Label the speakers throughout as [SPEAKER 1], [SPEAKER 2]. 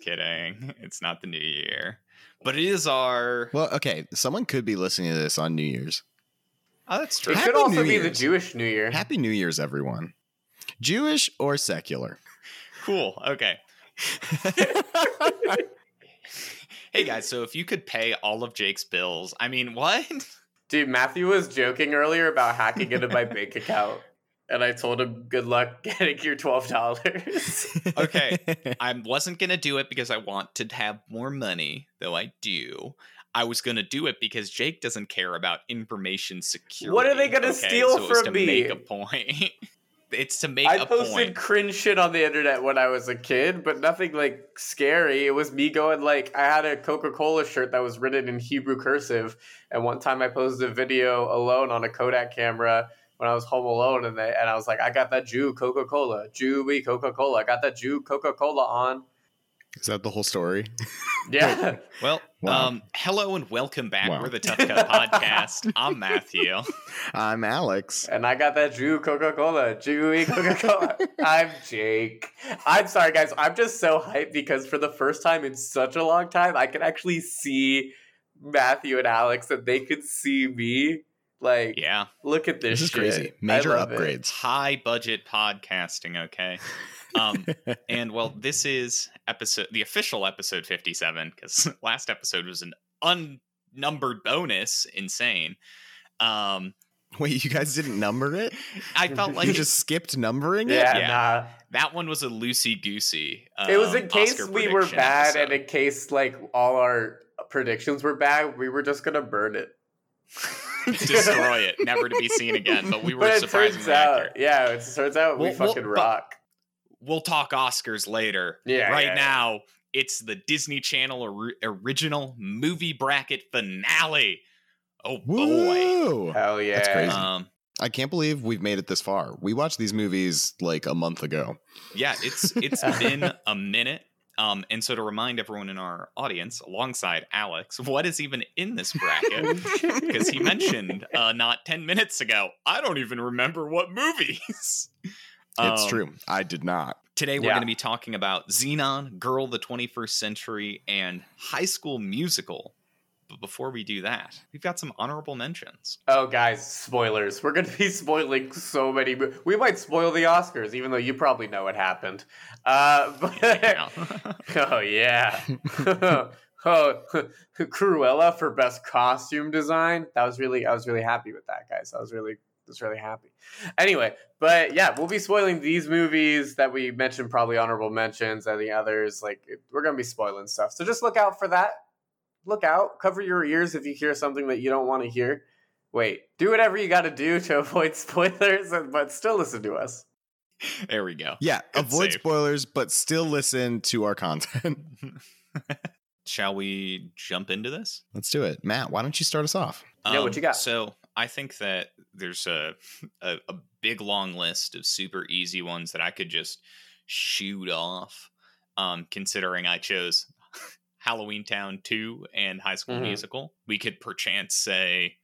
[SPEAKER 1] kidding. It's not the new year, but it is our.
[SPEAKER 2] Well, okay. Someone could be listening to this on New Year's.
[SPEAKER 1] Oh, that's true.
[SPEAKER 3] It
[SPEAKER 2] Happy
[SPEAKER 3] could also
[SPEAKER 2] New
[SPEAKER 3] be the
[SPEAKER 2] Year's.
[SPEAKER 3] Jewish New Year.
[SPEAKER 2] Happy New Year's, everyone. Jewish or secular?
[SPEAKER 1] Cool. Okay. hey guys, so if you could pay all of Jake's bills, I mean, what?
[SPEAKER 3] Dude, Matthew was joking earlier about hacking into my bank account, and I told him, "Good luck getting your twelve dollars."
[SPEAKER 1] Okay. I wasn't going to do it because I want to have more money, though I do. I was going to do it because Jake doesn't care about information security.
[SPEAKER 3] What are they gonna steal
[SPEAKER 1] so it was
[SPEAKER 3] from
[SPEAKER 1] to
[SPEAKER 3] me?
[SPEAKER 1] Make a point. it's to make
[SPEAKER 3] I
[SPEAKER 1] a
[SPEAKER 3] posted
[SPEAKER 1] point.
[SPEAKER 3] cringe shit on the internet when I was a kid, but nothing like scary. It was me going like I had a Coca Cola shirt that was written in Hebrew cursive, and one time I posted a video alone on a Kodak camera when I was home alone, and they, and I was like, I got that Jew Coca Cola, Jew we Coca Cola, I got that Jew Coca Cola on.
[SPEAKER 2] Is that the whole story?
[SPEAKER 3] Yeah,
[SPEAKER 1] Well,
[SPEAKER 2] Wow.
[SPEAKER 1] um, hello and welcome back.
[SPEAKER 2] Wow.
[SPEAKER 1] We're the Tough Cut Podcast. I'm Matthew.
[SPEAKER 2] I'm Alex.
[SPEAKER 3] and I got that Jew Coca Cola, Jew we Coca Cola. I'm Jake. I'm sorry, guys. I'm just so hyped because for the first time in such a long time, I can actually see Matthew and Alex, and they could see me. Like,
[SPEAKER 1] Yeah.
[SPEAKER 3] look at this.
[SPEAKER 2] This is
[SPEAKER 3] shit.
[SPEAKER 2] crazy.
[SPEAKER 3] I
[SPEAKER 2] Major
[SPEAKER 3] love it.
[SPEAKER 1] It's
[SPEAKER 2] upgrades.
[SPEAKER 1] high budget podcasting, okay? Um, and well, this is episode, the official episode 57, because last episode was an unnumbered bonus, insane. Um,
[SPEAKER 2] Wait, you guys didn't number it?
[SPEAKER 1] I felt like
[SPEAKER 2] You just skipped numbering it?
[SPEAKER 3] Yeah,
[SPEAKER 1] Yeah. Um,
[SPEAKER 3] nah.
[SPEAKER 1] that one was a loosey goosey.
[SPEAKER 3] it was in case we were bad, and in case like all our predictions were bad, we were just gonna burn it.
[SPEAKER 1] destroy it, never to be seen again. But we were
[SPEAKER 3] but it turns
[SPEAKER 1] surprisingly
[SPEAKER 3] out,
[SPEAKER 1] accurate.
[SPEAKER 3] yeah, it turns out we
[SPEAKER 1] Well, well,
[SPEAKER 3] fucking
[SPEAKER 1] but-
[SPEAKER 3] rock.
[SPEAKER 1] We'll talk Oscars later.
[SPEAKER 3] Yeah,
[SPEAKER 1] right
[SPEAKER 3] yeah, yeah.
[SPEAKER 1] now it's the Disney Channel or- original movie bracket finale. Oh boy.
[SPEAKER 2] Woo!
[SPEAKER 3] Hell yeah!
[SPEAKER 2] crazy.
[SPEAKER 1] Um
[SPEAKER 2] I can't believe we've made it this far. We watched these movies like a month ago.
[SPEAKER 1] yeah, it's it's been a minute. Um and so to remind everyone in our audience alongside Alex, what is even in this bracket? Because Um, he mentioned uh not 10 minutes ago. I don't even remember what movies.
[SPEAKER 2] It's
[SPEAKER 3] Oh.
[SPEAKER 1] Um,
[SPEAKER 2] true. I did not.
[SPEAKER 1] Today we're
[SPEAKER 3] Yeah.
[SPEAKER 1] going to be talking about Xenon, Girl the 21st Century, and High School Musical. But before we do that, we've got some honorable mentions.
[SPEAKER 3] Oh, guys, spoilers. We're going to be spoiling so many. mo- We might spoil the Oscars, even though you probably know what happened. Uh, but,
[SPEAKER 1] Yeah.
[SPEAKER 3] oh, yeah. oh, Cruella for best costume design. That was really, I was really happy with that, guys. I was really, I was really happy. Anyway, but yeah, we'll be spoiling these movies that we mentioned, probably honorable mentions, and the others. Like, it- we're going to be spoiling stuff. So just look out for that. Look out. Cover your ears if you hear something that you don't want to hear. Wait, do whatever you got to do to avoid spoilers, and- but still listen to us.
[SPEAKER 1] there we go.
[SPEAKER 2] Yeah,
[SPEAKER 1] Good
[SPEAKER 2] avoid
[SPEAKER 1] save.
[SPEAKER 2] spoilers, but still listen to our content.
[SPEAKER 1] Shall we jump into this?
[SPEAKER 2] Let's do it. Matt, why don't you start us off?
[SPEAKER 3] Yeah, what you got?
[SPEAKER 1] Um, So I think that there's a, a a big long list of super easy ones that I could just shoot off. Um, considering I chose Halloween Town two and High School
[SPEAKER 3] Mhm.
[SPEAKER 1] Musical, we could perchance say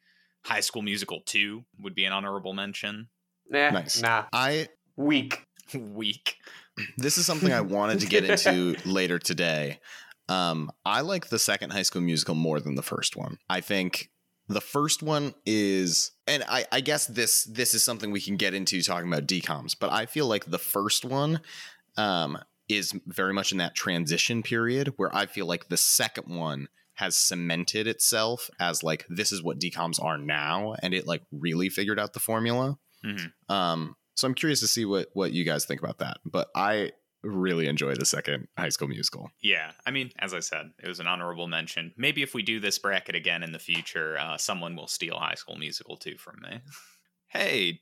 [SPEAKER 1] High School Musical two would be an honorable mention.
[SPEAKER 3] Nah,
[SPEAKER 2] Nice.
[SPEAKER 3] nah.
[SPEAKER 2] I
[SPEAKER 3] Weak.
[SPEAKER 1] Weak.
[SPEAKER 2] this is something I wanted to get into later today. Um, I like the second High School Musical more than the first one. I think the first one is, and I, I guess this this is something we can get into talking about decoms, but I feel like the first one um, is very much in that transition period where I feel like the second one has cemented itself as like this is what decoms are now, and it like really figured out the formula.
[SPEAKER 1] Mhm.
[SPEAKER 2] Um, so I'm curious to see what what you guys think about that. But I really enjoy the second High School Musical.
[SPEAKER 1] Yeah, I mean, as I said, it was an honorable mention. Maybe if we do this bracket again in the future, uh, someone will steal High School Musical too from me. hey,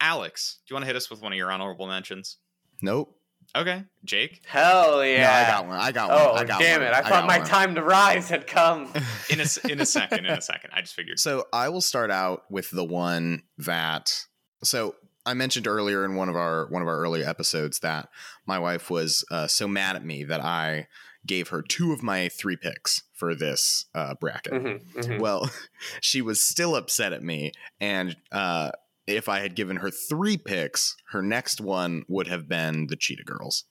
[SPEAKER 1] Alex, do you want to hit us with one of your honorable mentions?
[SPEAKER 2] Nope.
[SPEAKER 1] Okay, Jake.
[SPEAKER 3] Hell yeah.
[SPEAKER 2] No, I got one. I got one.
[SPEAKER 3] Oh,
[SPEAKER 2] I got
[SPEAKER 3] damn
[SPEAKER 2] one.
[SPEAKER 3] it. I,
[SPEAKER 2] got
[SPEAKER 3] thought my
[SPEAKER 2] one.
[SPEAKER 3] time to rise had come.
[SPEAKER 1] In a s- in a second, in a second. I just figured.
[SPEAKER 2] So I will start out with the one that so I mentioned earlier in one of our one of our earlier episodes that my wife was uh, so mad at me that I gave her two of my three picks for this uh, bracket.
[SPEAKER 3] Mhm, mhm.
[SPEAKER 2] Well, she was still upset at me, and uh, if I had given her three picks, her next one would have been the Cheetah Girls.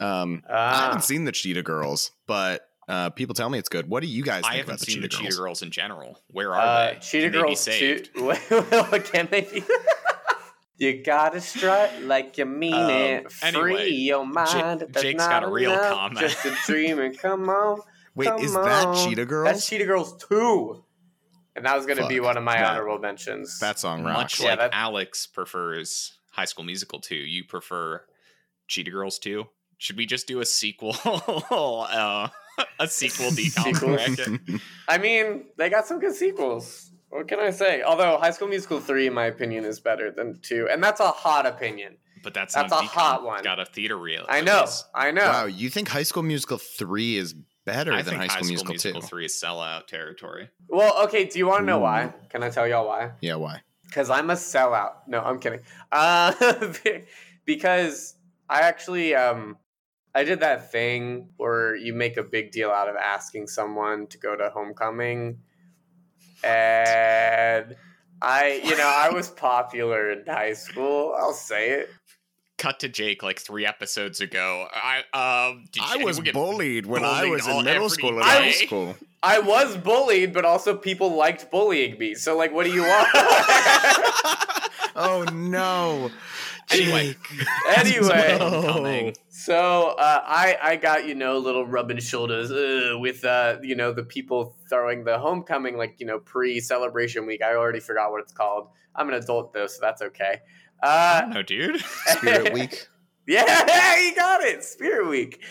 [SPEAKER 2] Um,
[SPEAKER 1] Uh,
[SPEAKER 2] I
[SPEAKER 3] Ah,
[SPEAKER 2] haven't seen the Cheetah Girls, but uh, people tell me it's good. What do you guys
[SPEAKER 1] I
[SPEAKER 2] think about
[SPEAKER 1] haven't
[SPEAKER 2] the
[SPEAKER 1] seen the
[SPEAKER 2] Cheetah,
[SPEAKER 1] Cheetah
[SPEAKER 2] Girls?
[SPEAKER 1] Girls in general. Where are
[SPEAKER 3] uh,
[SPEAKER 1] they?
[SPEAKER 3] Cheetah
[SPEAKER 1] Can they be
[SPEAKER 3] Girls too.
[SPEAKER 1] saved?
[SPEAKER 3] Can they be? you gotta strut like you mean
[SPEAKER 1] Um,
[SPEAKER 3] it. Free
[SPEAKER 1] anyway,
[SPEAKER 3] your mind. That's
[SPEAKER 1] Jake's got
[SPEAKER 3] not
[SPEAKER 1] a real
[SPEAKER 3] enough,
[SPEAKER 1] comment.
[SPEAKER 3] Just a dream and come on.
[SPEAKER 2] Wait,
[SPEAKER 3] Come
[SPEAKER 2] is that
[SPEAKER 3] on.
[SPEAKER 2] Cheetah Girls?
[SPEAKER 3] That's Cheetah Girls 2. And that was going to be
[SPEAKER 2] Fuck.
[SPEAKER 3] one of my
[SPEAKER 2] That-
[SPEAKER 3] honorable mentions.
[SPEAKER 2] that song
[SPEAKER 1] Much
[SPEAKER 2] rocks.
[SPEAKER 3] Yeah,
[SPEAKER 1] like
[SPEAKER 3] that-
[SPEAKER 1] Alex prefers High School Musical 2, you prefer Cheetah Girls 2. Should we just do a sequel? uh, a sequel decom
[SPEAKER 3] Sequel.
[SPEAKER 1] bracket?
[SPEAKER 3] I mean, they got some good sequels. What can I say? Although High School Musical 3, in my opinion, is better than 2. And that's a hot opinion.
[SPEAKER 1] But that's,
[SPEAKER 3] That's
[SPEAKER 1] not
[SPEAKER 3] a
[SPEAKER 1] decom.
[SPEAKER 3] hot
[SPEAKER 1] It's
[SPEAKER 3] one.
[SPEAKER 1] Got a theater reel.
[SPEAKER 3] I know. I know.
[SPEAKER 2] Wow, you think High School Musical three is better
[SPEAKER 1] I
[SPEAKER 2] than
[SPEAKER 1] think
[SPEAKER 2] High School, Musical, two?
[SPEAKER 1] 3 is sellout territory.
[SPEAKER 3] Well, okay, do you want to know why? Can I tell y'all why?
[SPEAKER 2] Yeah, why?
[SPEAKER 3] Because I'm a sellout. No, I'm kidding. Uh, because I actually um, I did that thing where you make a big deal out of asking someone to go to homecoming, and I, you know, I was popular in high school. I'll say it.
[SPEAKER 1] Cut to Jake like three episodes ago. I um, did
[SPEAKER 2] I
[SPEAKER 1] anyone
[SPEAKER 2] was
[SPEAKER 1] get-
[SPEAKER 2] bullied when I
[SPEAKER 1] bullied
[SPEAKER 2] was
[SPEAKER 1] all
[SPEAKER 2] in middle
[SPEAKER 1] every
[SPEAKER 2] school and
[SPEAKER 1] day.
[SPEAKER 2] high school.
[SPEAKER 3] I was bullied, but also people liked bullying me. So, like, what do you want?
[SPEAKER 2] Oh no!
[SPEAKER 1] Anyway.
[SPEAKER 2] Jake.
[SPEAKER 3] anyway.
[SPEAKER 2] No.
[SPEAKER 3] Oh.
[SPEAKER 1] Homecoming.
[SPEAKER 3] So uh, I I got you know little rubbing shoulders uh, with uh, you know the people throwing the homecoming like you know pre celebration week. I already forgot what it's called. I'm an adult though, so that's okay.
[SPEAKER 1] I
[SPEAKER 3] Uh,
[SPEAKER 1] don't know, dude.
[SPEAKER 2] Spirit Week.
[SPEAKER 3] yeah, you got it. Spirit week.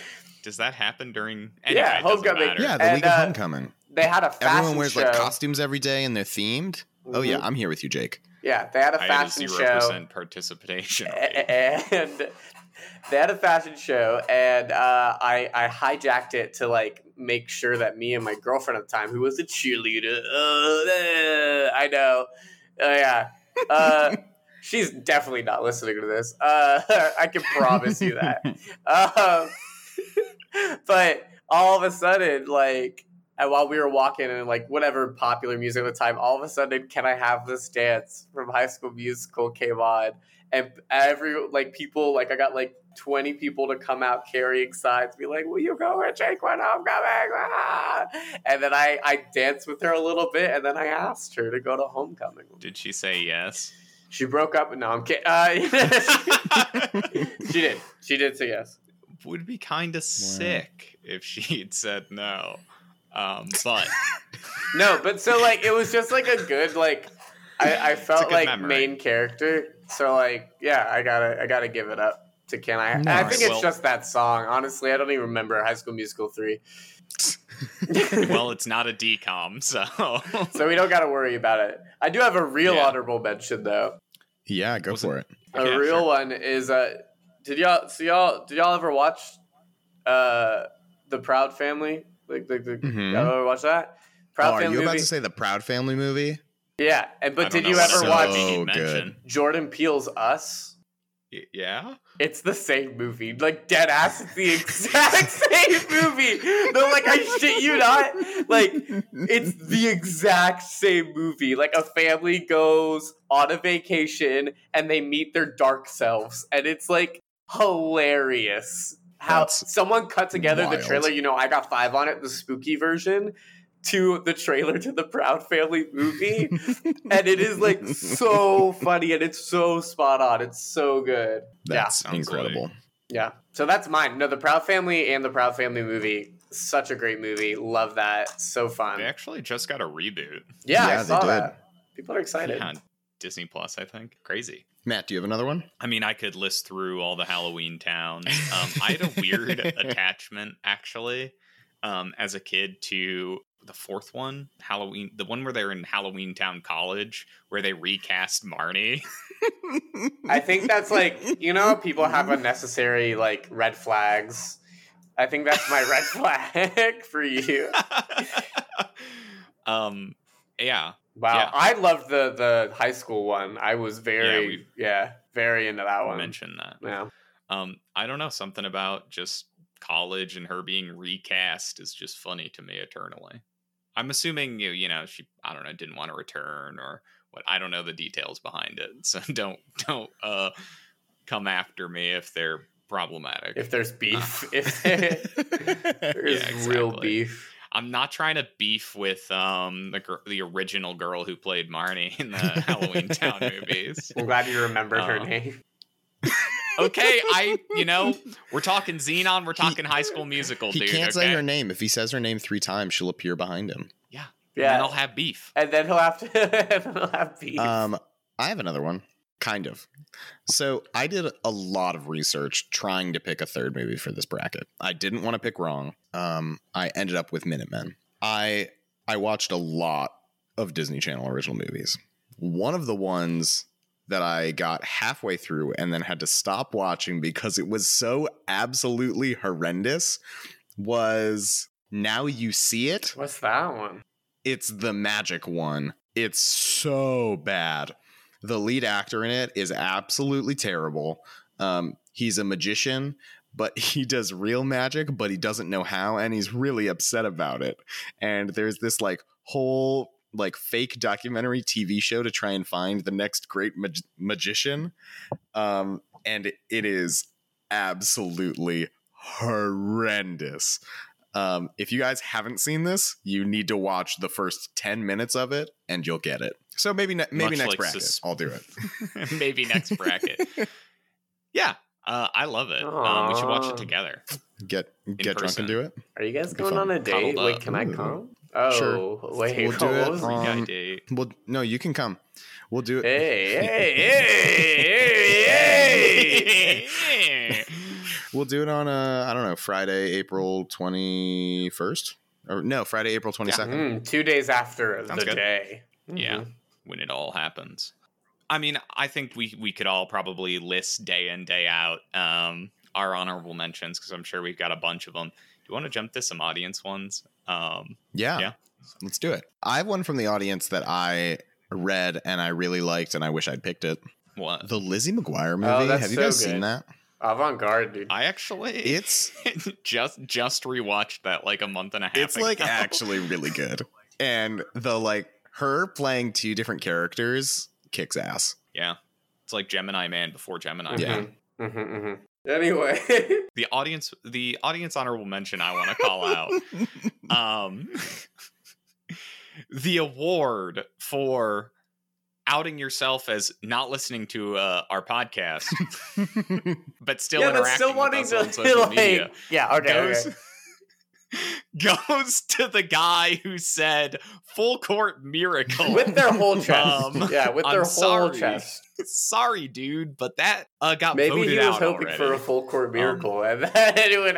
[SPEAKER 1] Does that happen during? Anyway,
[SPEAKER 3] Yeah,
[SPEAKER 1] it doesn't
[SPEAKER 3] homecoming.
[SPEAKER 1] matter.
[SPEAKER 2] Yeah, the
[SPEAKER 3] And,
[SPEAKER 2] Week of
[SPEAKER 3] uh,
[SPEAKER 2] Homecoming.
[SPEAKER 3] They had a fashion
[SPEAKER 2] Everyone wears
[SPEAKER 3] show. Mm-hmm.
[SPEAKER 2] like costumes every day and they're themed. Oh yeah, I'm here with you, Jake.
[SPEAKER 3] yeah. They had a
[SPEAKER 1] I had a
[SPEAKER 3] fashion
[SPEAKER 1] zero
[SPEAKER 3] show. Eh,
[SPEAKER 1] percent participation. rate.
[SPEAKER 3] and they had a fashion show, and uh, I I hijacked it to like make sure that me and my girlfriend at the time, who was a cheerleader, uh, I know, oh yeah, uh, she's definitely not listening to this. Uh, I can promise you that. Um, but all of a sudden, like, and while we were walking and like whatever popular music at the time, all of a sudden, "Can I Have This Dance" from High School Musical came on, and every like people like I got like twenty people to come out carrying signs, be like, "Will you go with Jake when I'm coming?" Ah! And then I I danced with her a little bit, and then I asked her to go to homecoming.
[SPEAKER 1] Did she say yes?
[SPEAKER 3] She broke up. No, I'm kidding. Uh, she did. She did say yes.
[SPEAKER 1] Would be kind of sick if she'd said no. Um, but
[SPEAKER 3] No, but so like it was just like a good like I, I
[SPEAKER 1] It's a
[SPEAKER 3] felt
[SPEAKER 1] good
[SPEAKER 3] like
[SPEAKER 1] memory.
[SPEAKER 3] main character. So like yeah, I gotta I gotta give it up to Can I? and I
[SPEAKER 2] Nice.
[SPEAKER 3] think it's
[SPEAKER 1] Well-
[SPEAKER 3] just that song. Honestly, I don't even remember High School Musical three,
[SPEAKER 1] well, it's not a decom, so
[SPEAKER 3] so we don't gotta worry about it. I do have a real
[SPEAKER 1] Yeah.
[SPEAKER 3] honorable mention though.
[SPEAKER 2] Yeah, go
[SPEAKER 1] Wasn't-
[SPEAKER 2] for it.
[SPEAKER 3] A
[SPEAKER 1] Yeah,
[SPEAKER 3] real
[SPEAKER 1] sure.
[SPEAKER 3] one is uh did y'all so y'all did y'all ever watch uh the Proud Family like like the,
[SPEAKER 2] Mhm.
[SPEAKER 3] y'all ever watch that Proud
[SPEAKER 2] Oh, are you
[SPEAKER 3] Family
[SPEAKER 2] about
[SPEAKER 3] movie?
[SPEAKER 2] to say the Proud Family movie?
[SPEAKER 3] yeah, and
[SPEAKER 1] I
[SPEAKER 3] but
[SPEAKER 1] don't
[SPEAKER 3] did
[SPEAKER 1] know
[SPEAKER 3] you
[SPEAKER 1] what
[SPEAKER 3] ever
[SPEAKER 1] else
[SPEAKER 3] watch
[SPEAKER 1] movie you'd
[SPEAKER 2] Oh, good.
[SPEAKER 1] mention.
[SPEAKER 3] Jordan Peele's Us?
[SPEAKER 1] Y- Yeah,
[SPEAKER 3] It's the same movie. Like dead ass, it's the exact same movie. No, like I shit you not. Like it's the exact same movie. Like a family goes on a vacation and they meet their dark selves, and it's like hilarious how
[SPEAKER 2] That's
[SPEAKER 3] someone cut together
[SPEAKER 2] wild.
[SPEAKER 3] the trailer. You know, I got five on it, the spooky version, to the trailer to the Proud Family movie, and it is like so funny and it's so spot on. It's so good.
[SPEAKER 2] That's
[SPEAKER 1] Sounds
[SPEAKER 2] incredible.
[SPEAKER 3] Yeah. So that's mine. No, the Proud Family and the Proud Family movie. Such a great movie. Love that. So fun.
[SPEAKER 1] they
[SPEAKER 3] Yeah,
[SPEAKER 1] actually just got a reboot.
[SPEAKER 2] Yeah,
[SPEAKER 3] I
[SPEAKER 2] they
[SPEAKER 3] saw
[SPEAKER 2] did.
[SPEAKER 3] that. People are excited.
[SPEAKER 1] Yeah, on Disney Plus, I think. Crazy.
[SPEAKER 2] Matt, do you have another one?
[SPEAKER 1] I mean, I could list through all the Halloween towns. Um, I had a weird attachment, actually, um, as a kid to the fourth one, Halloween, the one where they're in Halloween Town College, where they recast Marnie.
[SPEAKER 3] I think that's like you know people have unnecessary like red flags. I think that's my red flag for you.
[SPEAKER 1] um, yeah,
[SPEAKER 3] Wow,
[SPEAKER 1] Yeah.
[SPEAKER 3] I loved the the high school one. I was
[SPEAKER 1] Yeah,
[SPEAKER 3] very
[SPEAKER 1] we-
[SPEAKER 3] yeah, very into that
[SPEAKER 1] I
[SPEAKER 3] one.
[SPEAKER 1] mentioned that.
[SPEAKER 3] Yeah,
[SPEAKER 1] Um, I don't know, something about just college and her being recast is just funny to me eternally. I'm assuming you, you know, she, I don't know, didn't want to return or what. I don't know the details behind it, so don't don't uh come after me if they're problematic.
[SPEAKER 3] if there's
[SPEAKER 1] Uh.
[SPEAKER 3] beef, if there's real
[SPEAKER 1] exactly.
[SPEAKER 3] beef.
[SPEAKER 1] I'm not trying to beef with um the gir- the original girl who played Marnie in the Halloween Town movies.
[SPEAKER 3] I'm glad you remembered her
[SPEAKER 1] Uh,
[SPEAKER 3] name.
[SPEAKER 1] Okay, I you know we're talking Xenon, we're talking High School Musical,
[SPEAKER 2] he
[SPEAKER 1] dude.
[SPEAKER 2] can't
[SPEAKER 1] okay,
[SPEAKER 2] say her name. If he says her name three times, she'll appear behind him.
[SPEAKER 1] yeah.
[SPEAKER 3] Yeah,
[SPEAKER 1] then I'll have beef.
[SPEAKER 3] and then he'll have to. and then he'll have beef.
[SPEAKER 2] Um, I have another one, kind of. So I did a lot of research trying to pick a third movie for this bracket. I didn't want to pick wrong. Um, I ended up with Minutemen. I I watched a lot of Disney Channel original movies. One of the ones that I got halfway through and then had to stop watching because it was so absolutely horrendous was Now You See It
[SPEAKER 3] What's that one?
[SPEAKER 2] it's the magic one. It's so bad. The lead actor in it is absolutely terrible. Um, he's a magician, but he does real magic, but he doesn't know how, and he's really upset about it. And there's this like whole like fake documentary TV show to try and find the next great mag- magician, um, and it is absolutely horrendous. Um, if you guys haven't seen this, you need to watch the first ten minutes of it, and you'll get it. So maybe ne- maybe
[SPEAKER 1] Much
[SPEAKER 2] next
[SPEAKER 1] like
[SPEAKER 2] bracket,
[SPEAKER 1] sus-
[SPEAKER 2] I'll do it.
[SPEAKER 1] Maybe next bracket. yeah, uh, I love it. Um, we should watch
[SPEAKER 3] Aw.
[SPEAKER 1] it together.
[SPEAKER 2] Get get drunk
[SPEAKER 1] person.
[SPEAKER 2] and do it.
[SPEAKER 3] Are you guys
[SPEAKER 2] Be
[SPEAKER 3] going
[SPEAKER 2] fun.
[SPEAKER 3] on a date?
[SPEAKER 1] Cuddled
[SPEAKER 3] Wait,
[SPEAKER 1] up.
[SPEAKER 3] can I
[SPEAKER 2] Ooh.
[SPEAKER 3] come? Oh, wait.
[SPEAKER 2] We'll do
[SPEAKER 3] what
[SPEAKER 2] it
[SPEAKER 3] was
[SPEAKER 1] Free
[SPEAKER 2] on-
[SPEAKER 1] guy
[SPEAKER 2] Um,
[SPEAKER 1] date.
[SPEAKER 2] Well, no, you can come. We'll do it.
[SPEAKER 3] Hey, hey, hey, hey, hey!
[SPEAKER 2] We'll do it on uh, I don't know, Friday, April twenty first, or no, Friday, April twenty second.
[SPEAKER 3] Mm, two days after
[SPEAKER 1] Sounds
[SPEAKER 3] the
[SPEAKER 1] good.
[SPEAKER 3] day.
[SPEAKER 1] Yeah,
[SPEAKER 3] Mhm.
[SPEAKER 1] when it all happens. I mean, I think we we could all probably list day in day out um, our honorable mentions because I'm sure we've got a bunch of them. Do you want to jump to some audience ones? Um,
[SPEAKER 2] Yeah.
[SPEAKER 1] Yeah.
[SPEAKER 2] let's do it. I have one from the audience that I read and I really liked, and I wish I'd picked it.
[SPEAKER 1] what?
[SPEAKER 2] The Lizzie McGuire movie.
[SPEAKER 3] Oh, that's
[SPEAKER 2] have you
[SPEAKER 3] so
[SPEAKER 2] guys seen
[SPEAKER 3] good.
[SPEAKER 2] that?
[SPEAKER 3] Avant-garde, dude.
[SPEAKER 1] I actually
[SPEAKER 2] It's
[SPEAKER 1] just just rewatched that like a month and a half.
[SPEAKER 2] it's like
[SPEAKER 1] ago.
[SPEAKER 2] actually really good, and the like her playing two different characters kicks ass.
[SPEAKER 1] yeah, it's like Gemini Man before Gemini Man.
[SPEAKER 2] Yeah.
[SPEAKER 3] hmm Anyway,
[SPEAKER 1] the audience the audience honorable mention I want to call out um the award for outing yourself as not listening to uh, our podcast but still
[SPEAKER 3] yeah, but
[SPEAKER 1] interacting
[SPEAKER 3] still
[SPEAKER 1] with
[SPEAKER 3] wanting
[SPEAKER 1] us
[SPEAKER 3] to
[SPEAKER 1] on social
[SPEAKER 3] like,
[SPEAKER 1] media
[SPEAKER 3] yeah, okay,
[SPEAKER 1] goes
[SPEAKER 3] okay.
[SPEAKER 1] goes to the guy who said full court miracle
[SPEAKER 3] with their whole chest.
[SPEAKER 1] Um,
[SPEAKER 3] yeah, with their
[SPEAKER 1] I'm
[SPEAKER 3] whole
[SPEAKER 1] sorry.
[SPEAKER 3] chest.
[SPEAKER 1] sorry dude but that uh, got
[SPEAKER 3] Maybe
[SPEAKER 1] voted
[SPEAKER 3] he was
[SPEAKER 1] out
[SPEAKER 3] hoping
[SPEAKER 1] already. Um,
[SPEAKER 3] for a full court miracle, and then it would,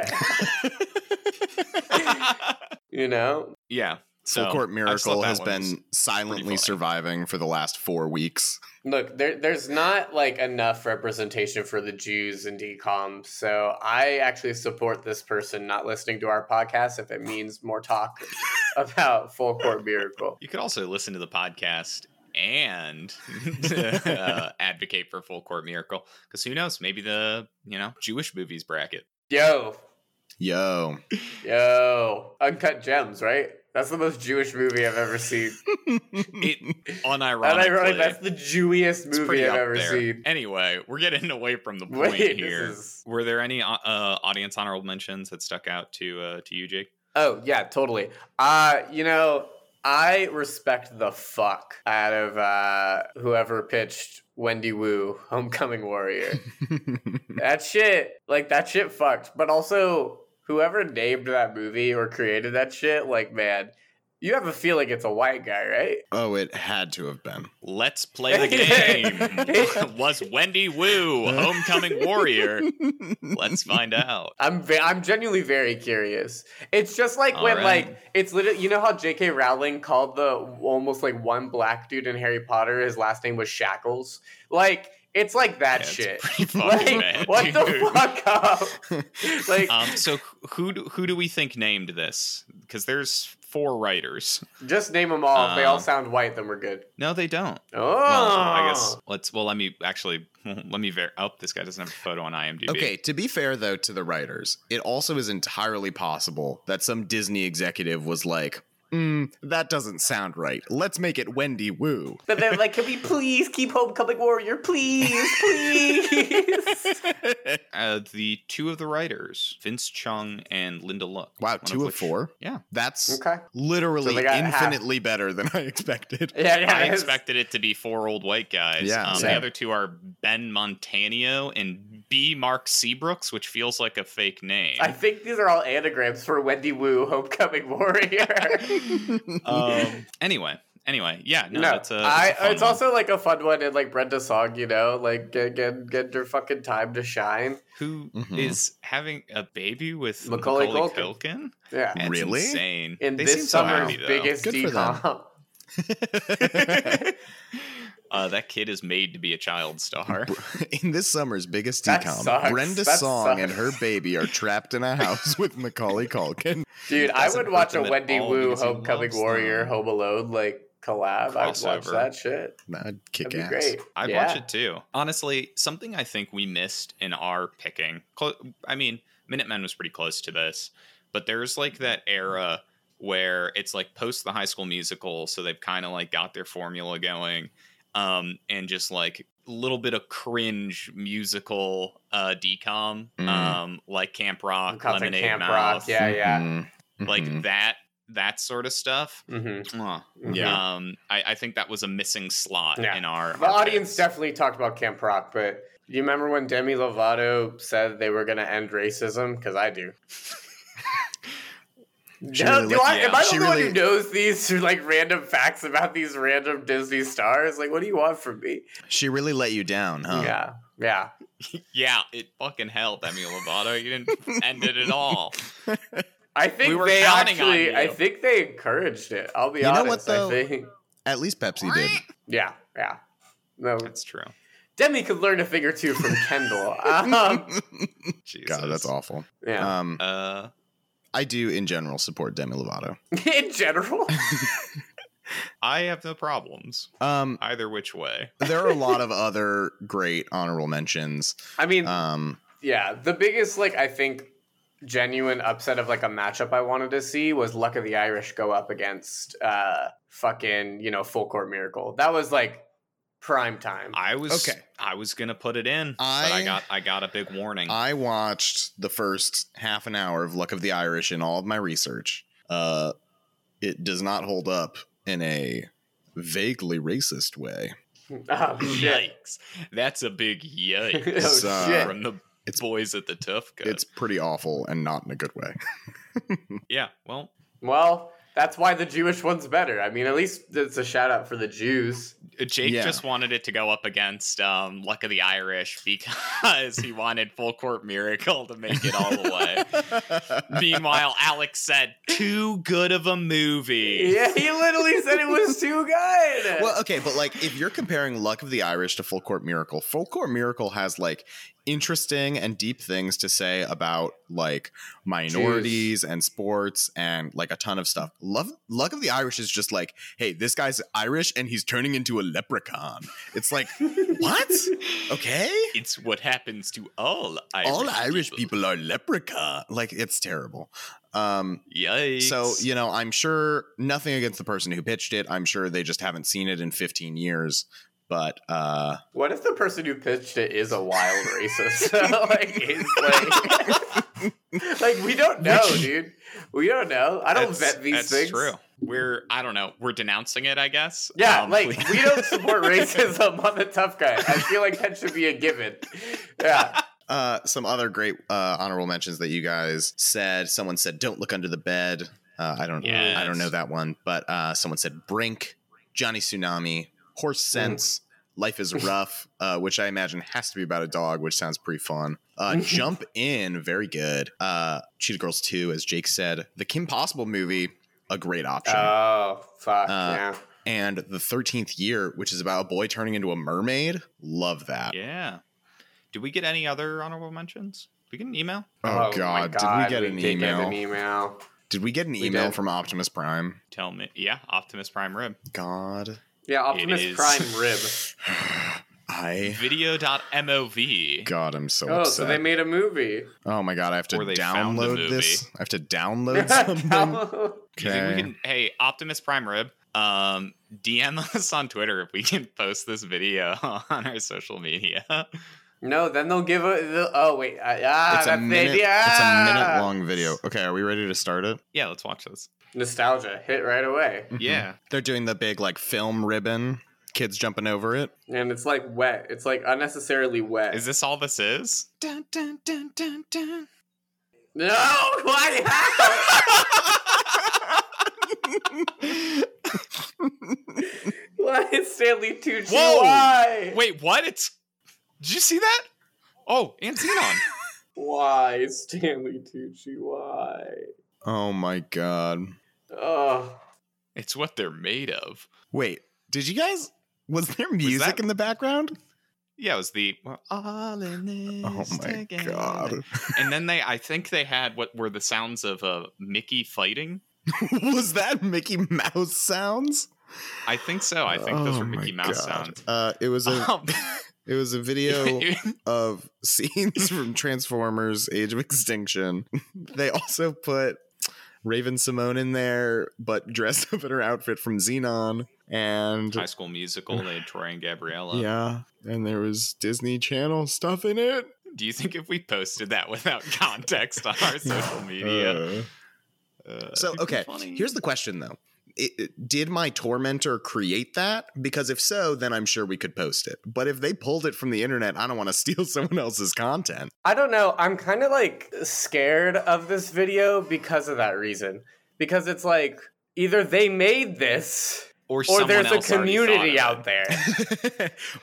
[SPEAKER 3] you know,
[SPEAKER 1] yeah
[SPEAKER 2] Full
[SPEAKER 1] so,
[SPEAKER 2] Court
[SPEAKER 1] I just thought
[SPEAKER 2] Miracle
[SPEAKER 1] that
[SPEAKER 2] has
[SPEAKER 1] one was
[SPEAKER 2] been silently
[SPEAKER 1] funny.
[SPEAKER 2] surviving for the last four weeks.
[SPEAKER 3] Look, there, there's not like enough representation for the Jews in DCOM, so I actually support this person not listening to our podcast if it means more talk about full court miracle.
[SPEAKER 1] You could also listen to the podcast and uh, advocate for full court miracle because who knows? Maybe the you know Jewish movies bracket.
[SPEAKER 3] Yo,
[SPEAKER 2] Yo,
[SPEAKER 3] yo, uncut gems, right? That's the most Jewish movie I've ever seen.
[SPEAKER 1] It
[SPEAKER 3] And
[SPEAKER 1] unironically,
[SPEAKER 3] ironically, that's the Jewiest
[SPEAKER 1] it's
[SPEAKER 3] movie
[SPEAKER 1] pretty
[SPEAKER 3] I've
[SPEAKER 1] up
[SPEAKER 3] ever
[SPEAKER 1] there.
[SPEAKER 3] seen.
[SPEAKER 1] Anyway, we're getting away from the point
[SPEAKER 3] Wait, this
[SPEAKER 1] here.
[SPEAKER 3] is
[SPEAKER 1] Were there any uh, uh, audience honorable mentions that stuck out to uh, to you, Jake?
[SPEAKER 3] Oh yeah, totally. Uh, you know, I respect the fuck out of uh, whoever pitched Wendy Wu Homecoming Warrior. that shit, like that shit, fucked. But also, whoever named that movie or created that shit, like man, you have a feeling it's a white guy, right?
[SPEAKER 2] oh, it had to have been.
[SPEAKER 1] Let's play the game. Was Wendy Wu homecoming warrior? Let's find out.
[SPEAKER 3] I'm ve- I'm genuinely very curious. It's just like
[SPEAKER 1] All
[SPEAKER 3] when
[SPEAKER 1] right.
[SPEAKER 3] like it's literally you know how J.K. Rowling called the almost like one black dude in Harry Potter his last name was Shackles. Like it's like that
[SPEAKER 1] That's
[SPEAKER 3] shit.
[SPEAKER 1] pretty fucking
[SPEAKER 3] Like
[SPEAKER 1] bad,
[SPEAKER 3] what
[SPEAKER 1] dude.
[SPEAKER 3] the fuck up? like
[SPEAKER 1] um, so wh- who do, who do we think named this? Because there's four writers.
[SPEAKER 3] just name them all. if they all
[SPEAKER 1] um,
[SPEAKER 3] sound white, then we're good.
[SPEAKER 1] No, they don't.
[SPEAKER 3] Oh,
[SPEAKER 1] Well, I guess let's. Well, let me actually let me ver. Oh, this guy doesn't have a photo on IMDb.
[SPEAKER 2] Okay, to be fair though to the writers, it also is entirely possible that some Disney executive was like, mm, that doesn't sound right. Let's make it Wendy Woo.
[SPEAKER 3] But they're like, can we please keep Hope Public Warrior? Please, please.
[SPEAKER 1] Uh, the two of the writers, Vince Chung and Linda Luck.
[SPEAKER 2] Wow,
[SPEAKER 1] one
[SPEAKER 2] two of,
[SPEAKER 1] which-
[SPEAKER 2] four.
[SPEAKER 1] Yeah.
[SPEAKER 2] That's
[SPEAKER 3] okay.
[SPEAKER 2] literally
[SPEAKER 3] So they got half.
[SPEAKER 2] infinitely better than I expected.
[SPEAKER 3] Yeah, yeah.
[SPEAKER 1] I
[SPEAKER 3] it's-
[SPEAKER 1] expected it to be four old white guys.
[SPEAKER 2] Yeah,
[SPEAKER 1] um, the
[SPEAKER 2] same.
[SPEAKER 1] other two are Ben Montanio and B. Mark Seabrooks, which feels like a fake name.
[SPEAKER 3] I think these are all anagrams for Wendy Wu, Homecoming Warrior.
[SPEAKER 1] um, anyway, anyway, yeah, no,
[SPEAKER 3] no,
[SPEAKER 1] it's a.
[SPEAKER 3] I-
[SPEAKER 1] it's a fun
[SPEAKER 3] it's
[SPEAKER 1] one.
[SPEAKER 3] also like a fun one in like Brenda's song, you know, like get get get your fucking time to shine.
[SPEAKER 1] who is
[SPEAKER 2] Mhm.
[SPEAKER 1] having a baby with
[SPEAKER 3] Macaulay
[SPEAKER 1] Macaulay,
[SPEAKER 3] Culkin.
[SPEAKER 1] Culkin.
[SPEAKER 3] Yeah,
[SPEAKER 1] That's
[SPEAKER 2] Really?
[SPEAKER 1] insane.
[SPEAKER 3] in
[SPEAKER 1] they seem
[SPEAKER 3] this
[SPEAKER 1] so
[SPEAKER 3] summer's
[SPEAKER 1] happy, though.
[SPEAKER 3] biggest
[SPEAKER 2] Good for them.
[SPEAKER 3] decom.
[SPEAKER 1] uh, that kid is made to be a child star.
[SPEAKER 2] In this summer's biggest
[SPEAKER 3] That
[SPEAKER 2] decom,
[SPEAKER 3] sucks.
[SPEAKER 2] Brenda
[SPEAKER 3] That
[SPEAKER 2] Song
[SPEAKER 3] sucks.
[SPEAKER 2] and her baby are trapped in a house with Macaulay Culkin.
[SPEAKER 3] Dude, I
[SPEAKER 1] doesn't
[SPEAKER 3] would watch
[SPEAKER 1] hurt
[SPEAKER 3] a
[SPEAKER 1] them at
[SPEAKER 3] Wendy
[SPEAKER 1] all
[SPEAKER 3] Wu
[SPEAKER 1] because he
[SPEAKER 3] Homecoming
[SPEAKER 1] loves
[SPEAKER 3] Warrior
[SPEAKER 1] them.
[SPEAKER 3] Home Alone like collab. I'd watch
[SPEAKER 1] Crossover.
[SPEAKER 3] that shit.
[SPEAKER 2] That'd kick
[SPEAKER 3] That'd be
[SPEAKER 2] ass.
[SPEAKER 3] great.
[SPEAKER 1] I'd
[SPEAKER 3] Yeah.
[SPEAKER 1] watch it too. Honestly, something I think we missed in our picking. Clo- I mean, Minutemen was pretty close to this, but there's like that era where it's like post the High School Musical, so they've kind of like got their formula going, um, and just like a little bit of cringe musical uh, decom,
[SPEAKER 2] Mm.
[SPEAKER 1] um, like Camp Rock,
[SPEAKER 3] Concept
[SPEAKER 1] Lemonade
[SPEAKER 3] Camp
[SPEAKER 1] Mouth,
[SPEAKER 3] Rock. Yeah, Mm-hmm. yeah.
[SPEAKER 2] Mhm.
[SPEAKER 1] like
[SPEAKER 2] Mhm.
[SPEAKER 1] that that sort of stuff.
[SPEAKER 3] hmm
[SPEAKER 1] Mwah.
[SPEAKER 2] Yeah.
[SPEAKER 1] Um, I, I think that was a missing slot
[SPEAKER 3] Yeah.
[SPEAKER 1] in our
[SPEAKER 3] The
[SPEAKER 1] our
[SPEAKER 3] audience
[SPEAKER 1] picks.
[SPEAKER 3] definitely talked about Camp Rock, but you remember when Demi Lovato said they were going to end racism? Because I do.
[SPEAKER 2] She
[SPEAKER 3] No,
[SPEAKER 2] really
[SPEAKER 3] do
[SPEAKER 2] looked-
[SPEAKER 3] I, Am
[SPEAKER 1] yeah,
[SPEAKER 3] I the
[SPEAKER 2] she
[SPEAKER 3] one who
[SPEAKER 2] really-
[SPEAKER 3] knows these like random facts about these random Disney stars? Like, what do you want from me?
[SPEAKER 2] She really let you down, huh?
[SPEAKER 3] Yeah, yeah.
[SPEAKER 1] Yeah, it fucking helped, Demi Lovato. You didn't end it at all.
[SPEAKER 3] I think
[SPEAKER 1] were
[SPEAKER 3] they
[SPEAKER 1] counting on
[SPEAKER 3] actually.
[SPEAKER 1] you.
[SPEAKER 3] I think they encouraged it. I'll be
[SPEAKER 2] You know
[SPEAKER 3] honest.
[SPEAKER 2] what, though?
[SPEAKER 3] I think.
[SPEAKER 2] At least Pepsi did.
[SPEAKER 3] Yeah, yeah. No,
[SPEAKER 1] That's true.
[SPEAKER 3] Demi could learn a thing or two from Kendall. Um,
[SPEAKER 1] Jesus.
[SPEAKER 2] God, that's awful.
[SPEAKER 3] yeah.
[SPEAKER 2] Um,
[SPEAKER 1] Uh,
[SPEAKER 2] I do in general support Demi Lovato.
[SPEAKER 3] In general,
[SPEAKER 1] I have no problems
[SPEAKER 2] Um,
[SPEAKER 1] either which way.
[SPEAKER 2] there are a lot of other great honorable mentions.
[SPEAKER 3] I mean,
[SPEAKER 2] Um,
[SPEAKER 3] yeah. The biggest, like, I think, genuine upset of like a matchup I wanted to see was Luck of the Irish go up against uh fucking you know Full Court Miracle. That was like prime time.
[SPEAKER 1] I was
[SPEAKER 2] Okay.
[SPEAKER 1] I was gonna put it in, but
[SPEAKER 2] I-
[SPEAKER 1] I got I got a big warning.
[SPEAKER 2] I watched the first half an hour of Luck of the Irish in all of my research. Uh, it does not hold up in a vaguely racist way.
[SPEAKER 3] oh shit!
[SPEAKER 1] yikes! That's a big
[SPEAKER 3] oh
[SPEAKER 1] yikes
[SPEAKER 2] It's, uh,
[SPEAKER 3] shit!
[SPEAKER 1] from the
[SPEAKER 2] It's-
[SPEAKER 1] boys at the Tough Cut.
[SPEAKER 2] It's pretty awful and not in a good way.
[SPEAKER 1] yeah, well,
[SPEAKER 3] Well, that's why the Jewish one's better. I mean, at least it's a shout out for the Jews.
[SPEAKER 1] uh, Jake
[SPEAKER 2] Yeah.
[SPEAKER 1] just wanted it to go up against um, Luck of the Irish because he wanted Full Court Miracle to make it all the way. Meanwhile, Alex said, "Too good of a movie."
[SPEAKER 3] Yeah, he literally said it was too good.
[SPEAKER 2] well, okay, but like if you're comparing Luck of the Irish to Full Court Miracle, Full Court Miracle has like interesting and deep things to say about like minorities and sports and like a ton of stuff. Love Luck of the Irish is just like, hey, this guy's Irish and he's turning into a leprechaun. It's like, what? Okay?
[SPEAKER 1] It's what happens to all Irish
[SPEAKER 2] All Irish people are leprechaun. Like it's terrible. Um
[SPEAKER 1] Yikes!
[SPEAKER 2] So, you know, I'm sure nothing against the person who pitched it. I'm sure they just haven't seen it in 15 years. But uh
[SPEAKER 3] What if the person who pitched it is a wild racist? like, is like, like we don't know, dude. We don't know. I don't vet these
[SPEAKER 1] that's
[SPEAKER 3] things.
[SPEAKER 1] True. We're I don't know. We're denouncing it, I guess.
[SPEAKER 3] Yeah,
[SPEAKER 1] Um,
[SPEAKER 3] like
[SPEAKER 1] please-
[SPEAKER 3] we don't support racism on the tough guy. I feel like that should be a given. Yeah,
[SPEAKER 2] uh some other great uh honorable mentions that you guys said. Someone said don't look under the bed. Uh, I don't I don't
[SPEAKER 1] Yes.
[SPEAKER 2] know that one, but uh someone said Brink, Johnny Tsunami, Horse Sense, Life is Rough, uh, which I imagine has to be about a dog, which sounds pretty fun. Uh, Jump In, very good. Uh, Cheetah Girls 2, as Jake said, the Kim Possible movie, a great option.
[SPEAKER 3] Oh fuck.
[SPEAKER 2] Uh,
[SPEAKER 3] yeah.
[SPEAKER 2] and the 13th year which is about a boy turning into a mermaid love that
[SPEAKER 1] yeah. Did we get any other honorable mentions? Did we get an email?
[SPEAKER 2] oh,
[SPEAKER 3] my
[SPEAKER 2] god. did we get an
[SPEAKER 3] did
[SPEAKER 2] email
[SPEAKER 3] an email.
[SPEAKER 2] did we get an
[SPEAKER 3] We
[SPEAKER 2] email
[SPEAKER 3] did.
[SPEAKER 2] from optimus prime
[SPEAKER 1] Tell me. Yeah, Optimus Prime Rib.
[SPEAKER 2] god
[SPEAKER 3] Yeah, Optimus
[SPEAKER 1] is-
[SPEAKER 3] Prime rib. Oh,
[SPEAKER 2] i
[SPEAKER 1] Video.mov.
[SPEAKER 2] god i'm so
[SPEAKER 3] Oh,
[SPEAKER 2] upset
[SPEAKER 3] so they made a movie.
[SPEAKER 2] oh my god i have to
[SPEAKER 1] Or they found the
[SPEAKER 2] download
[SPEAKER 1] movie.
[SPEAKER 2] this i have to download something
[SPEAKER 1] You think we can, hey, Optimus Prime Rib, um, DM us on Twitter if we can post this video on our social media.
[SPEAKER 3] No, then they'll give a. they'll- oh wait, ah, ah,
[SPEAKER 2] it's a
[SPEAKER 3] that's
[SPEAKER 2] minute.
[SPEAKER 3] the idea.
[SPEAKER 2] It's a minute long video. Okay, are we ready to start it?
[SPEAKER 1] yeah, let's watch this.
[SPEAKER 3] Nostalgia hit right away,
[SPEAKER 1] Yeah.
[SPEAKER 2] Mm-hmm. They're doing the big like film ribbon. Kids jumping over it.
[SPEAKER 3] and it's like wet. It's like unnecessarily wet.
[SPEAKER 1] Is this all this is?
[SPEAKER 3] no, why? why is Stanley Tucci?
[SPEAKER 1] Whoa!
[SPEAKER 3] Why?
[SPEAKER 1] Wait, what? It's. Did you see that? Oh, and Xenon.
[SPEAKER 3] Why Stanley Tucci? Why?
[SPEAKER 2] Oh my god.
[SPEAKER 3] Oh,
[SPEAKER 1] it's what they're made of.
[SPEAKER 2] Wait, did you guys? Was there music
[SPEAKER 1] that-
[SPEAKER 2] in the background?
[SPEAKER 1] Yeah, it was the. we're all in
[SPEAKER 2] Oh
[SPEAKER 1] this
[SPEAKER 2] my
[SPEAKER 1] together.
[SPEAKER 2] god.
[SPEAKER 1] And then they, I think they had what were the sounds of uh, Mickey fighting.
[SPEAKER 2] was that Mickey Mouse sounds?
[SPEAKER 1] I think so. I think those
[SPEAKER 2] Oh
[SPEAKER 1] were
[SPEAKER 2] my
[SPEAKER 1] Mickey Mouse
[SPEAKER 2] God.
[SPEAKER 1] sounds.
[SPEAKER 2] Uh, it was a
[SPEAKER 1] Um,
[SPEAKER 2] it was a video of scenes from Transformers: Age of Extinction. they also put Raven Simone in there, but dressed up in her outfit from Xenon, and
[SPEAKER 1] High School Musical. They had Troy and Gabriella.
[SPEAKER 2] yeah, and there was Disney Channel stuff in it.
[SPEAKER 1] Do you think if we posted that without context on our social media?
[SPEAKER 2] Uh,
[SPEAKER 1] uh,
[SPEAKER 2] So
[SPEAKER 1] it'd be
[SPEAKER 2] okay,
[SPEAKER 1] funny?
[SPEAKER 2] here's the question though. It, it- did my tormentor create that? Because if so, then I'm sure we could post it. But if they pulled it from the internet, I don't want to steal someone else's content.
[SPEAKER 3] I don't know. I'm kind of like scared of this video because of that reason. Because it's like either they made this
[SPEAKER 1] or,
[SPEAKER 3] or
[SPEAKER 1] someone
[SPEAKER 3] there's a
[SPEAKER 1] else already thought of
[SPEAKER 3] community
[SPEAKER 1] it.
[SPEAKER 3] out there.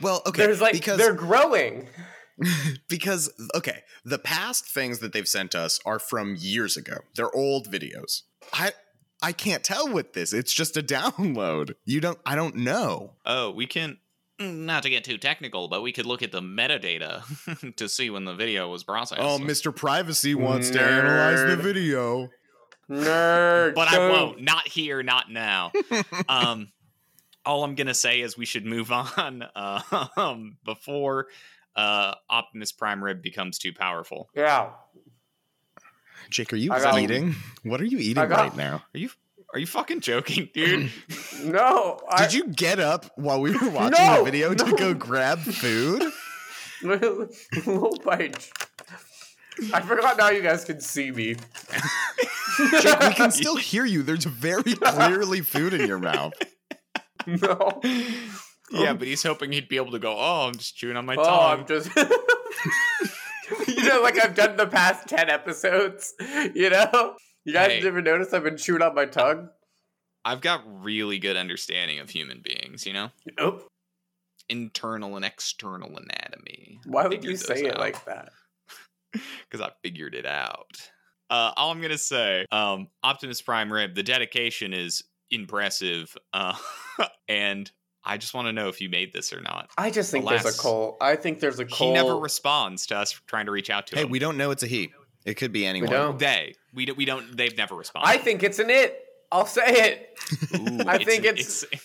[SPEAKER 2] well, okay,
[SPEAKER 3] There's like
[SPEAKER 2] because
[SPEAKER 3] they're growing.
[SPEAKER 2] because okay, the past things that they've sent us are from years ago. They're old videos. I I can't tell with this. It's just a download. You don't. I don't know.
[SPEAKER 1] Oh, we can. Mm, Not to get too technical, but we could look at the metadata to see when the video was processed.
[SPEAKER 2] Oh, Mr. Privacy wants to
[SPEAKER 3] Nerd.
[SPEAKER 2] analyze the video.
[SPEAKER 3] Nerd.
[SPEAKER 1] but I
[SPEAKER 3] don't-
[SPEAKER 1] won't. Not here, not now. um, all I'm gonna say is we should move on uh, um, before uh, Optimus Prime Rib becomes too powerful.
[SPEAKER 3] Yeah.
[SPEAKER 2] Jake, are you
[SPEAKER 3] I got-
[SPEAKER 2] eating? What are you eating
[SPEAKER 3] I got-
[SPEAKER 2] right now?
[SPEAKER 1] Are you are you fucking joking, dude?
[SPEAKER 3] No. I,
[SPEAKER 2] Did you get up while we were watching the
[SPEAKER 3] No!
[SPEAKER 2] video to
[SPEAKER 3] No!
[SPEAKER 2] go grab food?
[SPEAKER 3] little bite. I forgot now you guys can see me.
[SPEAKER 2] Jake, we can still hear you. There's very clearly food in your mouth.
[SPEAKER 3] no. Oh,
[SPEAKER 1] yeah, but he's hoping he'd be able to go. Oh, I'm just chewing on my
[SPEAKER 3] Oh, I'm
[SPEAKER 1] tongue.
[SPEAKER 3] just. you know, like I've done the past 10 episodes, you know? You guys
[SPEAKER 1] Hey.
[SPEAKER 3] never noticed I've been chewing on my tongue?
[SPEAKER 1] I've got really good understanding of human beings, you know,
[SPEAKER 3] Nope.
[SPEAKER 1] internal and external anatomy.
[SPEAKER 3] Why would you say it like that?
[SPEAKER 1] because I figured it out. Uh, all I'm gonna say, um, Optimus Prime Rib, the dedication is impressive, uh, and I just want to know if you made this or not.
[SPEAKER 3] I just think there's
[SPEAKER 1] Alas.
[SPEAKER 3] a coal. I think there's a coal.
[SPEAKER 1] He never responds to us trying to reach out to
[SPEAKER 2] Hey,
[SPEAKER 1] him.
[SPEAKER 2] we don't know it's a he. It could be anyone.
[SPEAKER 3] don't.
[SPEAKER 1] they we don't, we don't they've never responded.
[SPEAKER 3] I think it's an it. I'll say it.
[SPEAKER 1] Ooh,
[SPEAKER 3] I think it's A
[SPEAKER 1] it is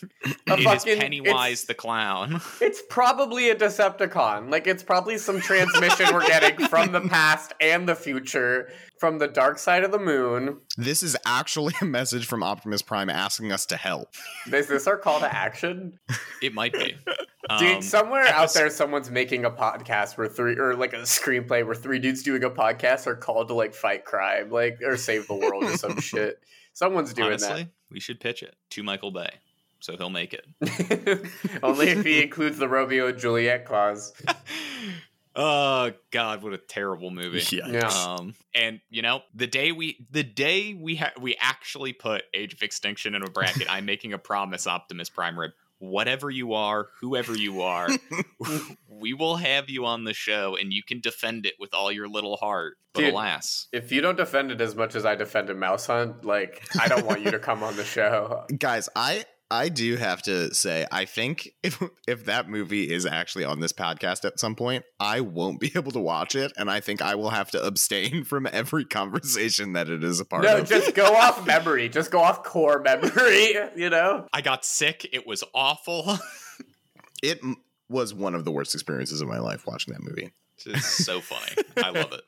[SPEAKER 3] fucking, it's-
[SPEAKER 1] Pennywise the clown.
[SPEAKER 3] It's probably a Decepticon. Like it's probably some transmission we're getting from the past and the future, from the dark side of the moon.
[SPEAKER 2] This is actually a message from Optimus Prime asking us to help.
[SPEAKER 3] Is this our call to action?
[SPEAKER 1] it might be. Um,
[SPEAKER 3] Dude, somewhere out
[SPEAKER 1] epis-
[SPEAKER 3] there, someone's making a podcast where three or like a screenplay where three dudes doing a podcast are called to like fight crime, like or save the world or some shit. Someone's doing
[SPEAKER 1] honestly, we should pitch it to Michael Bay, so he'll make it.
[SPEAKER 3] that. Only if he includes the Romeo and Juliet clause.
[SPEAKER 1] oh God, what a terrible movie.
[SPEAKER 3] Yeah.
[SPEAKER 1] Um, and you know, the day we the day we ha- we actually put Age of Extinction in a bracket, I'm making a promise, Optimus Prime Rib. Whatever you are, whoever you are, we will have you on the show, and you can defend it with all your little heart. But
[SPEAKER 3] Dude.
[SPEAKER 1] alas,
[SPEAKER 3] If you don't defend it as much as I defended Mouse Hunt, like I don't want you to come on the show.
[SPEAKER 2] Guys, I I do have to say, I think if if that movie is actually on this podcast at some point, I won't be able to watch it, and I think I will have to abstain from every conversation that it is a part
[SPEAKER 3] No,
[SPEAKER 2] of.
[SPEAKER 3] just go off memory. Just go off core memory. You know.
[SPEAKER 1] I got sick. It was awful.
[SPEAKER 2] it m- was one of the worst experiences of my life watching that movie.
[SPEAKER 1] it's so funny. I love it.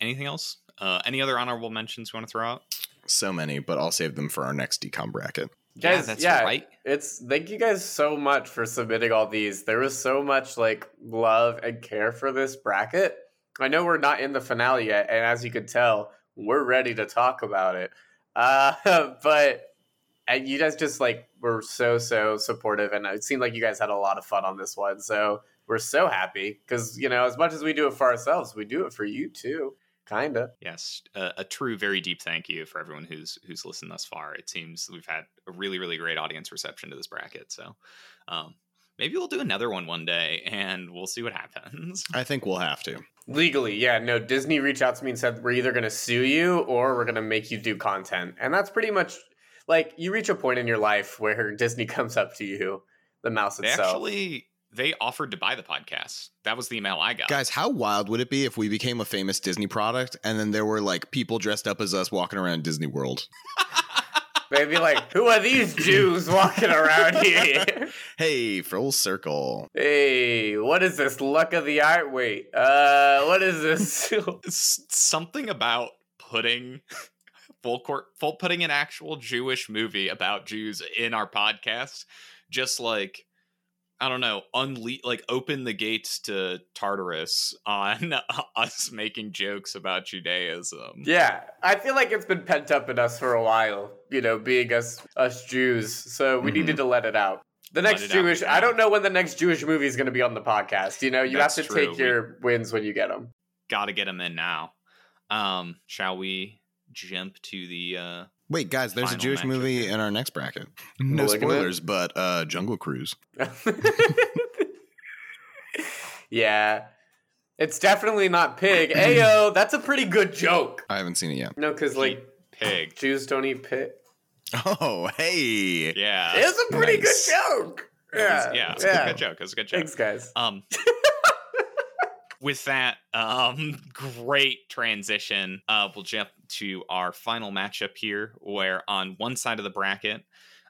[SPEAKER 1] Anything else? Uh, any other honorable mentions you want to throw out?
[SPEAKER 2] so many, but I'll save them for our next decom bracket.
[SPEAKER 1] yeah,
[SPEAKER 3] Guys,
[SPEAKER 1] that's
[SPEAKER 3] yeah.
[SPEAKER 1] right.
[SPEAKER 3] It's thank you guys so much for submitting all these. There was so much like love and care for this bracket. I know we're not in the finale yet, and as you could tell, we're ready to talk about it. Uh, but and you guys just like were so so supportive, and it seemed like you guys had a lot of fun on this one. So we're so happy because you know as much as we do it for ourselves, we do it for you too, kinda.
[SPEAKER 1] Yes, a, a true, very deep thank you for everyone who's who's listened thus far. It seems we've had a really, really great audience reception to this bracket. So um, maybe we'll do another one one day, and we'll see what happens.
[SPEAKER 2] I think we'll have to.
[SPEAKER 3] Legally, yeah, no. Disney reached out to me and said we're either going to sue you or we're going to make you do content, and that's pretty much like you reach a point in your life where Disney comes up to you, the mouse
[SPEAKER 1] They
[SPEAKER 3] itself.
[SPEAKER 1] actually they offered to buy the podcast. That was the email I got.
[SPEAKER 2] Guys, how wild would it be if we became a famous Disney product and then there were like people dressed up as us walking around Disney World?
[SPEAKER 3] They'd be like, "Who are these Jews walking around here?
[SPEAKER 2] Hey, full circle.
[SPEAKER 3] hey, what is this luck of the art? Wait, uh, what is this?"
[SPEAKER 1] S- something about putting full court full putting an actual Jewish movie about Jews in our podcast just like I don't know, unle- like open the gates to Tartarus on us making jokes about Judaism.
[SPEAKER 3] yeah, I feel like it's been pent up in us for a while. You know, being us us Jews, so we
[SPEAKER 2] Mhm.
[SPEAKER 3] needed to let it out. The
[SPEAKER 1] Mm-hmm. Let
[SPEAKER 3] next
[SPEAKER 1] it out,
[SPEAKER 3] Jewish,
[SPEAKER 1] yeah.
[SPEAKER 3] I don't know when the next Jewish movie is going to be on the podcast. You know, you
[SPEAKER 1] That's
[SPEAKER 3] have to
[SPEAKER 1] true,
[SPEAKER 3] take
[SPEAKER 1] we-
[SPEAKER 3] your wins when you get them.
[SPEAKER 1] Got to get them in now. Um, shall we jump to the uh
[SPEAKER 2] Wait, guys, there's
[SPEAKER 1] Final
[SPEAKER 2] a Jewish
[SPEAKER 1] matchup.
[SPEAKER 2] movie in our next bracket. No
[SPEAKER 3] Malignant?
[SPEAKER 2] spoilers, but uh Jungle Cruise.
[SPEAKER 3] yeah, it's definitely not pig. Ayo, that's a pretty good joke.
[SPEAKER 2] I haven't seen it yet.
[SPEAKER 3] No, because like
[SPEAKER 1] pig?
[SPEAKER 3] Jews don't eat pig.
[SPEAKER 2] Oh, hey.
[SPEAKER 1] Yeah. It
[SPEAKER 3] It's a pretty
[SPEAKER 2] nice.
[SPEAKER 3] good joke.
[SPEAKER 1] was-
[SPEAKER 3] Yeah,
[SPEAKER 1] yeah, it was a good joke. It was a good joke.
[SPEAKER 3] Thanks, guys.
[SPEAKER 1] Um, with that um, great transition, uh, we'll jump to our final matchup here, where on one side of the bracket,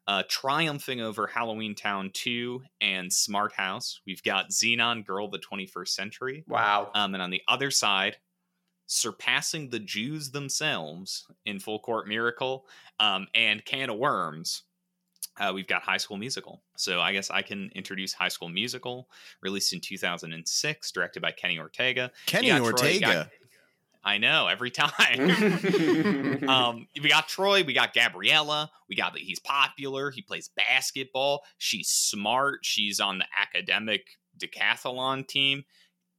[SPEAKER 1] uh, triumphing over Halloween Town 2 and Smart House, we've got Xenon Girl, the 21st Century.
[SPEAKER 3] Wow.
[SPEAKER 1] Um, and on the other side, surpassing the Jews themselves in Full Court Miracle um, and Can of Worms, uh, we've got High School Musical. So I guess I can introduce High School Musical, released in 2006, directed by Kenny Ortega.
[SPEAKER 2] Kenny
[SPEAKER 1] Yeah, Troy,
[SPEAKER 2] Ortega.
[SPEAKER 1] yeah. I know, every time. um, we got Troy, we got Gabriella, we got that he's popular, he plays basketball, she's smart, she's on the academic decathlon team.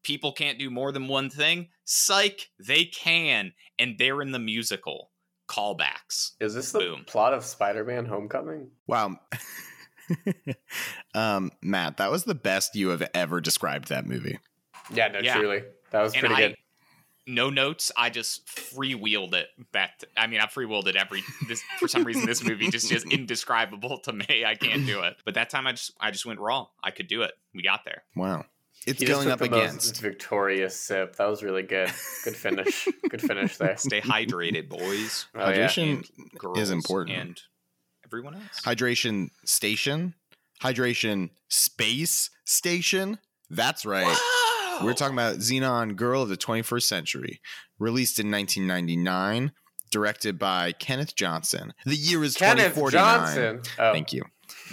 [SPEAKER 1] People can't do more than one thing. Psych, they can, and they're in the musical. Callbacks.
[SPEAKER 3] Is this the
[SPEAKER 1] Boom.
[SPEAKER 3] plot of Spider-Man: Homecoming?
[SPEAKER 2] Wow. um, Matt, that was the best you have ever described that movie.
[SPEAKER 3] Yeah, no,
[SPEAKER 1] Yeah.
[SPEAKER 3] truly, that was
[SPEAKER 1] And
[SPEAKER 3] pretty
[SPEAKER 1] I
[SPEAKER 3] good.
[SPEAKER 1] no notes, I just freewheeled it. That I mean, I freewheeled it every this for some reason this movie just is indescribable to me. I can't do it. But that time I just I just went raw. I could do it. We got there.
[SPEAKER 2] Wow. It's
[SPEAKER 3] He just
[SPEAKER 2] going
[SPEAKER 3] took
[SPEAKER 2] up
[SPEAKER 3] the most
[SPEAKER 2] against.
[SPEAKER 3] victorious sip. That was really good. Good finish. good finish there.
[SPEAKER 1] Stay hydrated, boys.
[SPEAKER 3] Oh, yeah.
[SPEAKER 2] Hydration
[SPEAKER 1] and girls
[SPEAKER 2] important.
[SPEAKER 1] and everyone else.
[SPEAKER 2] hydration station. Hydration space station. That's right.
[SPEAKER 1] Wow!
[SPEAKER 2] We're talking about Xenon Girl of the 21st Century, released in 1999, directed by Kenneth Johnson. The year is
[SPEAKER 3] Kenneth
[SPEAKER 2] 2049.
[SPEAKER 3] Johnson. Oh,
[SPEAKER 2] Thank you.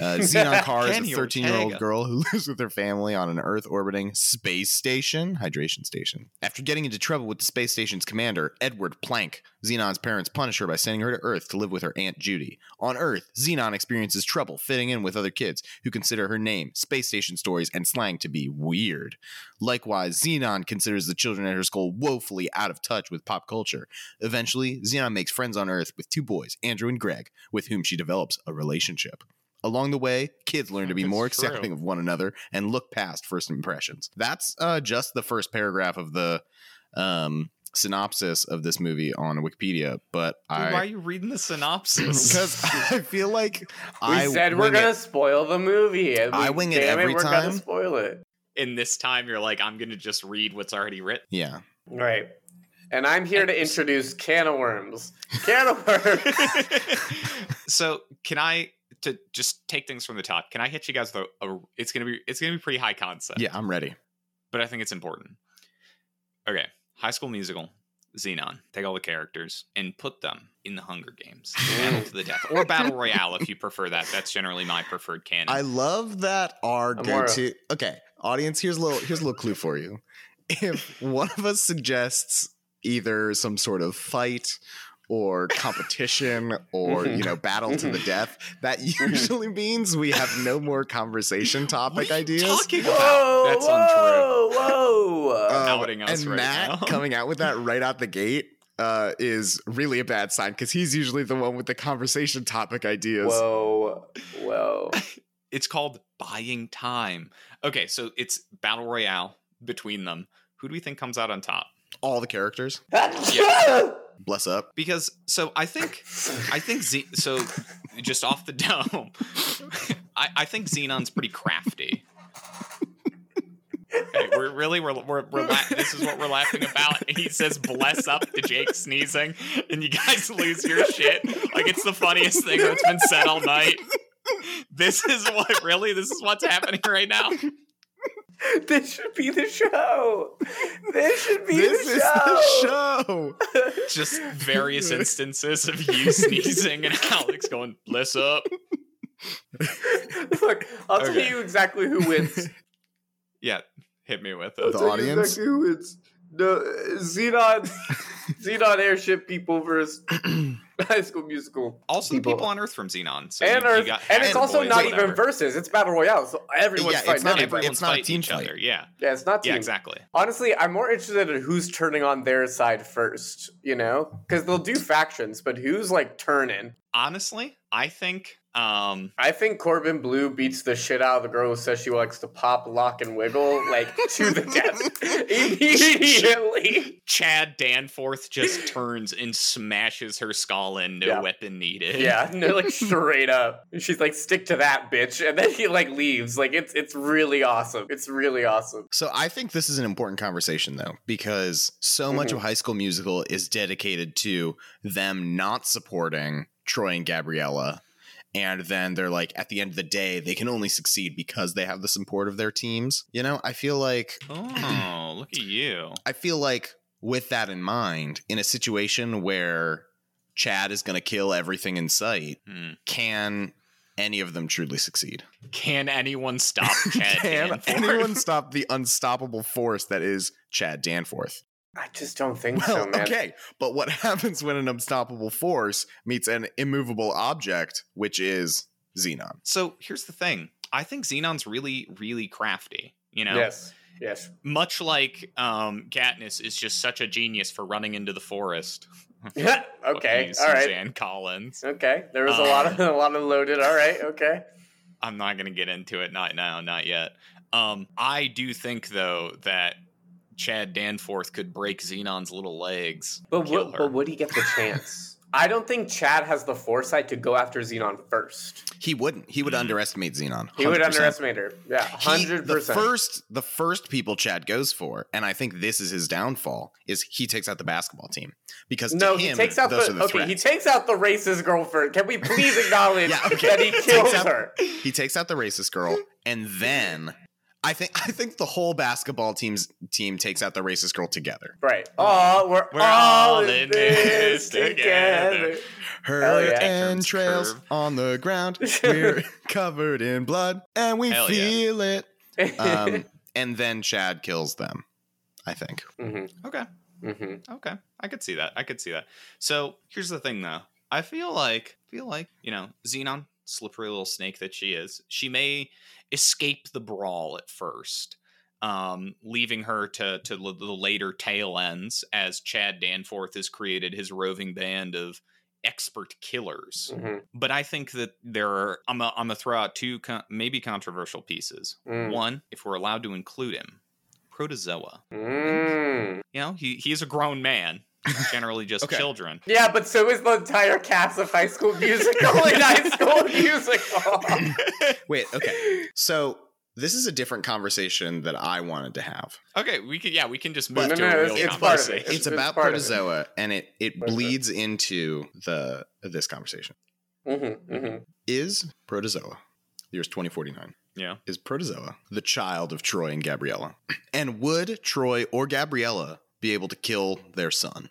[SPEAKER 2] Uh, Xenon Carr is
[SPEAKER 1] Kenny
[SPEAKER 2] a 13 year old
[SPEAKER 1] Ortega.
[SPEAKER 2] girl who lives with her family on an Earth orbiting space station, hydration station. After getting into trouble with the space station's commander, Edward Planck, Xenon's parents punish her by sending her to Earth to live with her Aunt Judy. On Earth, Xenon experiences trouble fitting in with other kids who consider her name, space station stories, and slang to be weird. Likewise, Xenon considers the children at her school woefully out of touch with pop culture. Eventually, Xenon makes friends on Earth with two boys, Andrew and Greg, with whom she develops a relationship. Along the way, kids learn to be
[SPEAKER 1] That's
[SPEAKER 2] more
[SPEAKER 1] true.
[SPEAKER 2] accepting of one another and look past first impressions. That's uh, just the first paragraph of the um, synopsis of this movie on Wikipedia, but
[SPEAKER 1] Dude,
[SPEAKER 2] I
[SPEAKER 1] why are you reading the synopsis?
[SPEAKER 2] because I feel like
[SPEAKER 3] We
[SPEAKER 2] I
[SPEAKER 3] said we're
[SPEAKER 2] wing it.
[SPEAKER 3] gonna spoil the movie. and
[SPEAKER 2] I
[SPEAKER 3] we-
[SPEAKER 2] wing it
[SPEAKER 3] damn
[SPEAKER 2] every
[SPEAKER 3] it, we're
[SPEAKER 2] time.
[SPEAKER 3] gonna spoil it.
[SPEAKER 1] in this time, you're like, I'm gonna just read what's already written.
[SPEAKER 2] yeah.
[SPEAKER 3] Right. And I'm here to introduce Can of Worms. Can of Worms.
[SPEAKER 1] so can I to just take things from the top? Can I hit you guys with a, a- It's gonna be it's gonna be pretty high concept.
[SPEAKER 2] Yeah, I'm ready.
[SPEAKER 1] but I think it's important. Okay, High School Musical, Xenon, take all the characters and put them in the Hunger Games, Battle to the Death, or Battle Royale if you prefer that. That's generally my preferred canon.
[SPEAKER 2] I love that our go
[SPEAKER 3] Amora.
[SPEAKER 2] to. Okay, audience, here's a little here's a little clue for you. If one of us suggests either some sort of fight or competition or you know battle to the death, that usually means we have no more conversation topic
[SPEAKER 1] What are you
[SPEAKER 2] ideas.
[SPEAKER 1] talking about?
[SPEAKER 3] Whoa,
[SPEAKER 1] That's untrue.
[SPEAKER 3] whoa, whoa.
[SPEAKER 2] Um,
[SPEAKER 1] outing us
[SPEAKER 2] and
[SPEAKER 1] right
[SPEAKER 2] Matt
[SPEAKER 1] now.
[SPEAKER 2] coming out with that right out the gate uh, is really a bad sign because he's usually the one with the conversation topic ideas.
[SPEAKER 3] Whoa, whoa.
[SPEAKER 1] It's called Buying Time. Okay, so it's Battle Royale between them. Who do we think comes out on top?
[SPEAKER 2] All the characters, bless up.
[SPEAKER 1] Because so I think I think Z- so. Just off the dome, I, I think Xenon's pretty crafty. Okay, we're really we're, we're, we're la- this is what we're laughing about. And he says "bless up" to Jake sneezing, and you guys lose your shit. Like it's the funniest thing that's been said all night. This is what really this is what's happening right now.
[SPEAKER 3] this should be the show. This should be
[SPEAKER 2] This
[SPEAKER 3] the
[SPEAKER 2] is
[SPEAKER 3] show.
[SPEAKER 2] the show.
[SPEAKER 1] Just various instances of you sneezing and Alex going "bless up."
[SPEAKER 3] Look, I'll tell
[SPEAKER 1] Okay.
[SPEAKER 3] you exactly who wins.
[SPEAKER 1] Yeah, hit me with
[SPEAKER 3] I'll
[SPEAKER 1] it.
[SPEAKER 2] The
[SPEAKER 3] tell you
[SPEAKER 2] audience?
[SPEAKER 3] exactly who wins. No, uh, Xenon, Xenon airship people versus High School Musical.
[SPEAKER 1] Also,
[SPEAKER 3] People.
[SPEAKER 1] the people on Earth from Xenon. So
[SPEAKER 3] and
[SPEAKER 1] you, you
[SPEAKER 3] Earth,
[SPEAKER 1] got
[SPEAKER 3] and it's
[SPEAKER 1] Atom
[SPEAKER 3] also
[SPEAKER 1] Boys,
[SPEAKER 3] not
[SPEAKER 1] whatever.
[SPEAKER 3] even versus. It's battle royale, so everyone's
[SPEAKER 2] Yeah, it's
[SPEAKER 3] fighting.
[SPEAKER 2] not
[SPEAKER 3] everybody.
[SPEAKER 2] a-
[SPEAKER 1] Everyone's
[SPEAKER 2] it's not a
[SPEAKER 1] fighting
[SPEAKER 2] team
[SPEAKER 1] each
[SPEAKER 2] fight.
[SPEAKER 1] Other. Yeah,
[SPEAKER 3] yeah, it's not team.
[SPEAKER 1] yeah, exactly.
[SPEAKER 3] Honestly, I'm more interested in who's turning on their side first. You know, because they'll do factions, but who's like turning?
[SPEAKER 1] Honestly, I think um,
[SPEAKER 3] I think Corbin Blue beats the shit out of the girl who says she likes to pop, lock, and wiggle like to the death immediately.
[SPEAKER 1] Chad Danforth just turns and smashes her skull in, no
[SPEAKER 3] Yeah.
[SPEAKER 1] weapon needed.
[SPEAKER 3] yeah, no, like straight up. And She's like, "Stick to that, bitch," and then he like leaves. Like it's it's really awesome. It's really awesome.
[SPEAKER 2] So I think this is an important conversation though, because so much
[SPEAKER 3] Mhm.
[SPEAKER 2] of High School Musical is dedicated to them not supporting Troy and Gabriella. And then they're like, at the end of the day, they can only succeed because they have the support of their teams. You know, I feel like
[SPEAKER 1] Oh, look at you.
[SPEAKER 2] I feel like with that in mind, in a situation where Chad is gonna kill everything in sight,
[SPEAKER 1] Hmm.
[SPEAKER 2] can any of them truly succeed?
[SPEAKER 1] Can anyone stop Chad
[SPEAKER 2] Can
[SPEAKER 1] Danforth?
[SPEAKER 2] anyone stop the unstoppable force that is Chad Danforth?
[SPEAKER 3] I just don't think
[SPEAKER 2] Well,
[SPEAKER 3] so, man.
[SPEAKER 2] okay, but what happens when an unstoppable force meets an immovable object, which is xenon?
[SPEAKER 1] So here's the thing. I think Xenon's really, really crafty. You know,
[SPEAKER 3] Yes. Yes.
[SPEAKER 1] much like um, Katniss is just such a genius for running into the forest.
[SPEAKER 3] okay.
[SPEAKER 1] Fucking
[SPEAKER 3] All right.
[SPEAKER 1] Suzanne Collins.
[SPEAKER 3] Okay. There was a lot of a lot of loaded. All right. Okay.
[SPEAKER 1] I'm not gonna get into it. Not now. Not yet. Um, I do think though that Chad Danforth could break Xenon's little legs.
[SPEAKER 3] But
[SPEAKER 1] kill
[SPEAKER 3] would,
[SPEAKER 1] her.
[SPEAKER 3] but would he get the chance? I don't think Chad has the foresight to go after Xenon first.
[SPEAKER 2] He wouldn't. He would
[SPEAKER 1] Hmm.
[SPEAKER 2] underestimate xenon.
[SPEAKER 3] He would
[SPEAKER 2] 100%.
[SPEAKER 3] underestimate her. Yeah,
[SPEAKER 2] He-
[SPEAKER 3] hundred
[SPEAKER 2] the
[SPEAKER 3] percent.
[SPEAKER 2] first, the first people Chad goes for, and I think this is his downfall, is he takes out the basketball team because
[SPEAKER 3] No,
[SPEAKER 2] to
[SPEAKER 3] he
[SPEAKER 2] him,
[SPEAKER 3] takes out
[SPEAKER 2] those
[SPEAKER 3] the,
[SPEAKER 2] are the
[SPEAKER 3] okay. He
[SPEAKER 2] threats.
[SPEAKER 3] takes out the racist girl first. Can we please acknowledge
[SPEAKER 2] Yeah, okay.
[SPEAKER 3] that he
[SPEAKER 2] Takes
[SPEAKER 3] kills
[SPEAKER 2] out-
[SPEAKER 3] her?
[SPEAKER 2] he takes out the racist girl, and then I think I think the whole basketball team's team takes out the racist girl together.
[SPEAKER 3] Right. Oh, we're,
[SPEAKER 1] We're
[SPEAKER 3] all, in this together. Hell
[SPEAKER 2] Her
[SPEAKER 3] yeah.
[SPEAKER 2] entrails
[SPEAKER 1] Curve.
[SPEAKER 2] on the ground. We're covered in blood and we
[SPEAKER 1] Hell yeah.
[SPEAKER 2] feel it. Um, and then Chad kills them, I think.
[SPEAKER 3] mm-hmm,
[SPEAKER 1] Okay.
[SPEAKER 3] mm-hmm.
[SPEAKER 1] Okay. I could see that. I could see that. So here's the thing though. I feel like feel like, you know, Xenon, slippery little snake that she is, she may escape the brawl at first. Um, leaving her to to l- the later tail ends as Chad Danforth has created his roving band of expert killers.
[SPEAKER 3] Mm-hmm.
[SPEAKER 1] But I think that there are I'm gonna- I'm gonna throw out two con- maybe controversial pieces.
[SPEAKER 3] Mm.
[SPEAKER 1] One, if we're allowed to include him, Protozoa.
[SPEAKER 3] Mm.
[SPEAKER 1] You know, he he's a grown man. Generally, just
[SPEAKER 2] Okay.
[SPEAKER 1] children.
[SPEAKER 3] Yeah, but so is the entire cast of High School Musical and High School Musical.
[SPEAKER 2] Wait, okay. So this is a different conversation that I wanted to have.
[SPEAKER 1] Okay, we can. Yeah, we can just move
[SPEAKER 2] But- No,
[SPEAKER 1] to
[SPEAKER 3] no,
[SPEAKER 1] a
[SPEAKER 3] it's-
[SPEAKER 1] real
[SPEAKER 3] it's part of
[SPEAKER 1] conversation.
[SPEAKER 3] it.
[SPEAKER 2] It's, about
[SPEAKER 3] part of it.
[SPEAKER 2] protozoa and it, it
[SPEAKER 3] Part of it.
[SPEAKER 2] bleeds into the this conversation.
[SPEAKER 3] mm-hmm, mm-hmm.
[SPEAKER 2] Is protozoa, years 2049,
[SPEAKER 1] Yeah.
[SPEAKER 2] is protozoa the child of Troy and Gabriella? And would Troy or Gabriella be able to kill their son?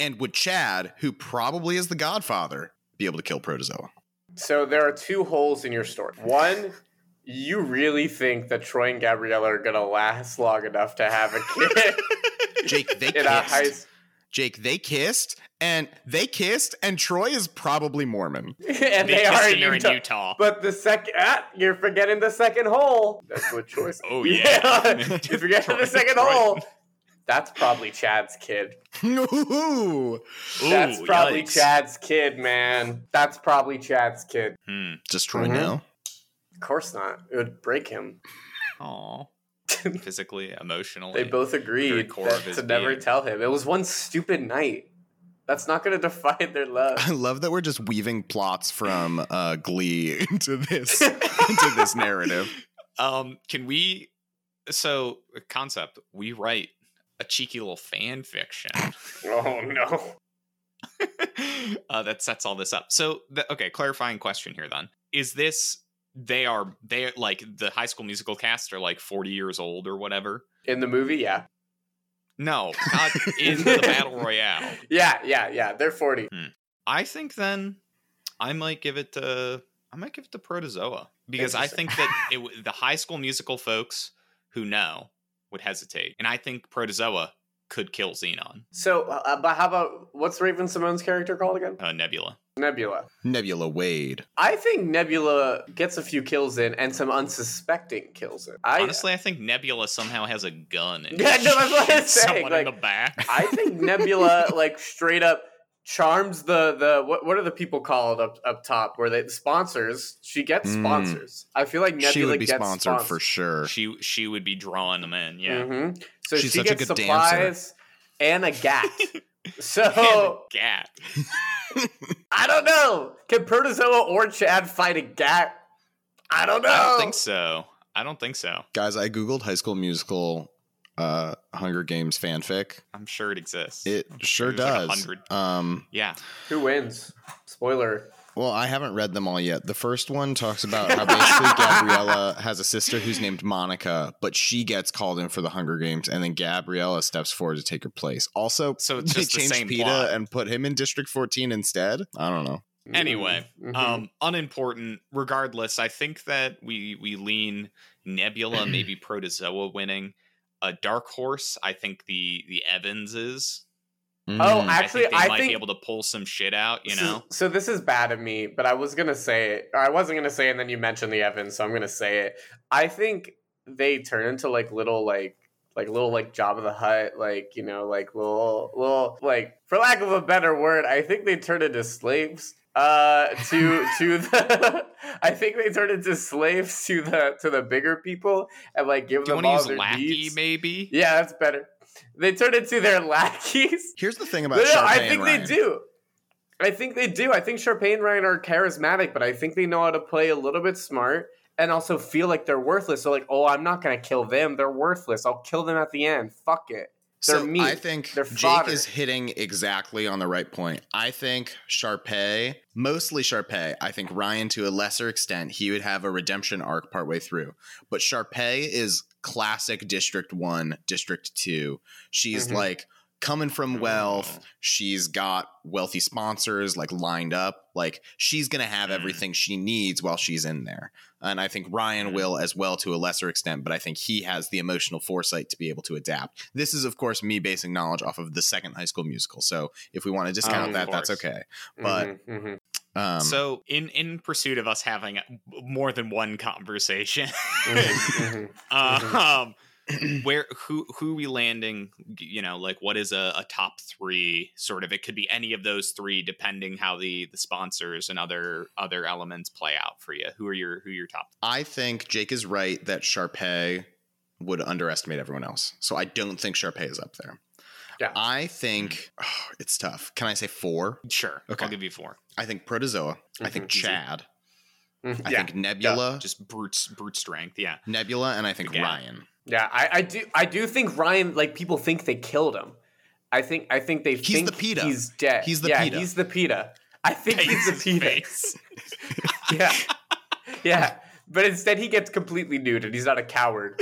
[SPEAKER 2] And would Chad, who probably is the godfather, be able to kill Protozoa?
[SPEAKER 3] So there are two holes in your story. One, you really think that Troy and Gabriella are gonna last long enough to have a kid
[SPEAKER 2] Jake, they
[SPEAKER 3] in a high
[SPEAKER 2] kissed. Jake, they kissed, and they kissed, and Troy is probably Mormon.
[SPEAKER 3] and
[SPEAKER 1] They
[SPEAKER 3] they
[SPEAKER 1] kissed
[SPEAKER 3] are
[SPEAKER 1] and they're
[SPEAKER 3] Utah.
[SPEAKER 1] in Utah.
[SPEAKER 3] But the second, ah, you're forgetting the second hole. That's what choice.
[SPEAKER 1] Oh, yeah.
[SPEAKER 3] you're forgetting the second
[SPEAKER 1] Right.
[SPEAKER 3] hole. That's probably Chad's kid.
[SPEAKER 1] Ooh,
[SPEAKER 2] Ooh.
[SPEAKER 3] That's probably
[SPEAKER 1] yikes.
[SPEAKER 3] Chad's kid, man. That's probably Chad's kid.
[SPEAKER 1] Hmm.
[SPEAKER 2] Does Troy
[SPEAKER 3] Mhm.
[SPEAKER 2] know?
[SPEAKER 3] Of course not. It would break him.
[SPEAKER 1] Aw. Physically, emotionally.
[SPEAKER 3] They both agreed
[SPEAKER 1] core
[SPEAKER 3] that-
[SPEAKER 1] of his
[SPEAKER 3] to never
[SPEAKER 1] being.
[SPEAKER 3] tell him. It was one stupid night. That's not going to define their love.
[SPEAKER 2] I love that we're just weaving plots from uh, Glee into this into this narrative.
[SPEAKER 1] Um, can we? So, concept. We write a cheeky little fan fiction
[SPEAKER 3] oh no.
[SPEAKER 1] uh, that sets all this up. So, the, okay, clarifying question here then: Is this they are they like the High School Musical cast are like forty years old or whatever?
[SPEAKER 3] In the movie, yeah.
[SPEAKER 1] No, not in the battle royale.
[SPEAKER 3] Yeah, yeah, yeah. They're 40.
[SPEAKER 1] I think then I might give it to I might give it to Protozoa because I think that it, w- the High School Musical folks who know would hesitate, and I think Protozoa could kill Xenon,
[SPEAKER 3] So, uh, but how about what's Raven Simone's character called again?
[SPEAKER 1] uh, Nebula.
[SPEAKER 3] Nebula.
[SPEAKER 2] Nebula Wade.
[SPEAKER 3] I think Nebula gets a few kills in and some unsuspecting kills in. I,
[SPEAKER 1] Honestly, I think Nebula somehow has a gun and
[SPEAKER 3] Yeah, no, that's what I was
[SPEAKER 1] shoots
[SPEAKER 3] saying,
[SPEAKER 1] someone
[SPEAKER 3] like-
[SPEAKER 1] in the back.
[SPEAKER 3] I think Nebula like straight up charms the the what what are the people called up up top where they sponsors? She gets
[SPEAKER 2] Mm.
[SPEAKER 3] sponsors. I feel like Nebula
[SPEAKER 2] she would be
[SPEAKER 3] gets
[SPEAKER 2] sponsored for sure.
[SPEAKER 1] She she would be drawing them in. Yeah,
[SPEAKER 3] hmm So
[SPEAKER 2] She's
[SPEAKER 3] she
[SPEAKER 2] such a
[SPEAKER 3] gets
[SPEAKER 2] good dancer.
[SPEAKER 3] supplies and a gat.
[SPEAKER 1] And a
[SPEAKER 3] so
[SPEAKER 1] gat.
[SPEAKER 3] I don't know. Can Protozoa or Chad fight a gat? I don't know.
[SPEAKER 1] I don't think so. I don't think so.
[SPEAKER 2] Guys, I googled High School Musical uh, Hunger Games fanfic.
[SPEAKER 1] I'm sure it exists.
[SPEAKER 2] It sure
[SPEAKER 1] there's like a
[SPEAKER 2] does.
[SPEAKER 1] hundred.
[SPEAKER 2] um,
[SPEAKER 1] yeah,
[SPEAKER 3] Who wins? Spoiler.
[SPEAKER 2] well, I haven't read them all yet. The first one talks about how basically Gabriella has a sister who's named Monica, but she gets called in for the Hunger Games, and then Gabriella steps forward to take her place. Also,
[SPEAKER 1] So it's
[SPEAKER 2] they
[SPEAKER 1] just the
[SPEAKER 2] changed
[SPEAKER 1] same
[SPEAKER 2] PETA
[SPEAKER 1] plot.
[SPEAKER 2] and put him in District 14 instead. I don't know.
[SPEAKER 1] Anyway,
[SPEAKER 3] Mhm.
[SPEAKER 1] um unimportant regardless i think that we we lean nebula maybe protozoa winning a dark horse i think the the evanses
[SPEAKER 3] oh,
[SPEAKER 2] Mm.
[SPEAKER 3] actually,
[SPEAKER 1] i think they
[SPEAKER 3] I
[SPEAKER 1] might
[SPEAKER 3] think
[SPEAKER 1] be able to pull some shit out you
[SPEAKER 3] So-
[SPEAKER 1] know
[SPEAKER 3] So, this is bad of me, but I was gonna say it. Or I wasn't gonna say, it, and then you mentioned the Evans, so I'm gonna say it. I think they turn into like little like like little like Job of the Hut, like you know, like little little like for lack of a better word, I think they turn into slaves. Uh, to to the, I think they turn into slaves to the to the bigger people and like give
[SPEAKER 1] do you
[SPEAKER 3] them
[SPEAKER 1] want
[SPEAKER 3] all
[SPEAKER 1] to
[SPEAKER 3] their
[SPEAKER 1] use lackey
[SPEAKER 3] needs.
[SPEAKER 1] maybe
[SPEAKER 3] Yeah, that's better. They turn into their lackeys.
[SPEAKER 2] Here's the thing
[SPEAKER 3] No,
[SPEAKER 2] about
[SPEAKER 3] no,
[SPEAKER 2] Sharpay
[SPEAKER 3] I
[SPEAKER 2] and
[SPEAKER 3] think
[SPEAKER 2] Ryan.
[SPEAKER 3] they do. I think they do. I think Sharpay and Ryan are charismatic, but I think they know how to play a little bit smart and also feel like they're worthless. So like, oh, I'm not gonna kill them. They're worthless. I'll kill them at the end. Fuck it. They're
[SPEAKER 2] so
[SPEAKER 3] meat.
[SPEAKER 2] I think
[SPEAKER 3] They're
[SPEAKER 2] Jake
[SPEAKER 3] fodder.
[SPEAKER 2] is hitting exactly on the right point. I think Sharpay, mostly Sharpay, I think Ryan to a lesser extent, he would have a redemption arc partway through. But Sharpay is classic District 1, District 2. She's
[SPEAKER 3] Mhm.
[SPEAKER 2] like coming from wealth.
[SPEAKER 1] Oh.
[SPEAKER 2] She's got wealthy sponsors like lined up. Like she's going to have
[SPEAKER 1] Mm.
[SPEAKER 3] Mm-hmm.
[SPEAKER 2] everything she needs while she's in there. And I think Ryan
[SPEAKER 3] Mm-hmm.
[SPEAKER 1] Mm.
[SPEAKER 2] will as well to a lesser extent, but I think he has the emotional foresight to be able to adapt. This is, of course, me basing knowledge off of the second high school musical. So if we want to discount
[SPEAKER 3] of
[SPEAKER 2] that, that's
[SPEAKER 1] course.
[SPEAKER 2] okay.
[SPEAKER 3] Mhm,
[SPEAKER 2] But-
[SPEAKER 3] mhm.
[SPEAKER 2] Um,
[SPEAKER 1] so in in pursuit of us having more than one conversation
[SPEAKER 3] Mhm,
[SPEAKER 1] um where who who we landing you know like what is a, a top three sort of it could be any of those three depending how the the sponsors and other other elements play out for you who are your who are your top
[SPEAKER 2] I think Jake is right that Sharpay would underestimate everyone else. So I don't think Sharpay is up there.
[SPEAKER 3] Yeah.
[SPEAKER 2] I think oh, it's tough. Can I say four?
[SPEAKER 1] sure
[SPEAKER 2] Okay.
[SPEAKER 1] i'll give you four
[SPEAKER 2] I think Protozoa. I
[SPEAKER 3] Mhm,
[SPEAKER 2] think
[SPEAKER 3] easy.
[SPEAKER 2] Chad.
[SPEAKER 3] mhm.
[SPEAKER 2] I
[SPEAKER 3] yeah,
[SPEAKER 2] think Nebula.
[SPEAKER 1] just brute brute strength yeah
[SPEAKER 2] Nebula, and I think
[SPEAKER 1] Again.
[SPEAKER 2] Ryan.
[SPEAKER 3] yeah. I, I do. I do think Ryan. Like people think they killed him. I think. I think they
[SPEAKER 2] He's
[SPEAKER 3] think
[SPEAKER 2] the PETA.
[SPEAKER 3] he's dead.
[SPEAKER 2] He's the
[SPEAKER 3] yeah,
[SPEAKER 2] PETA.
[SPEAKER 3] He's the PETA. I think he's the
[SPEAKER 1] Face's
[SPEAKER 3] PETA.
[SPEAKER 1] face.
[SPEAKER 3] Yeah. Yeah. But instead, he gets completely nude and he's not a coward.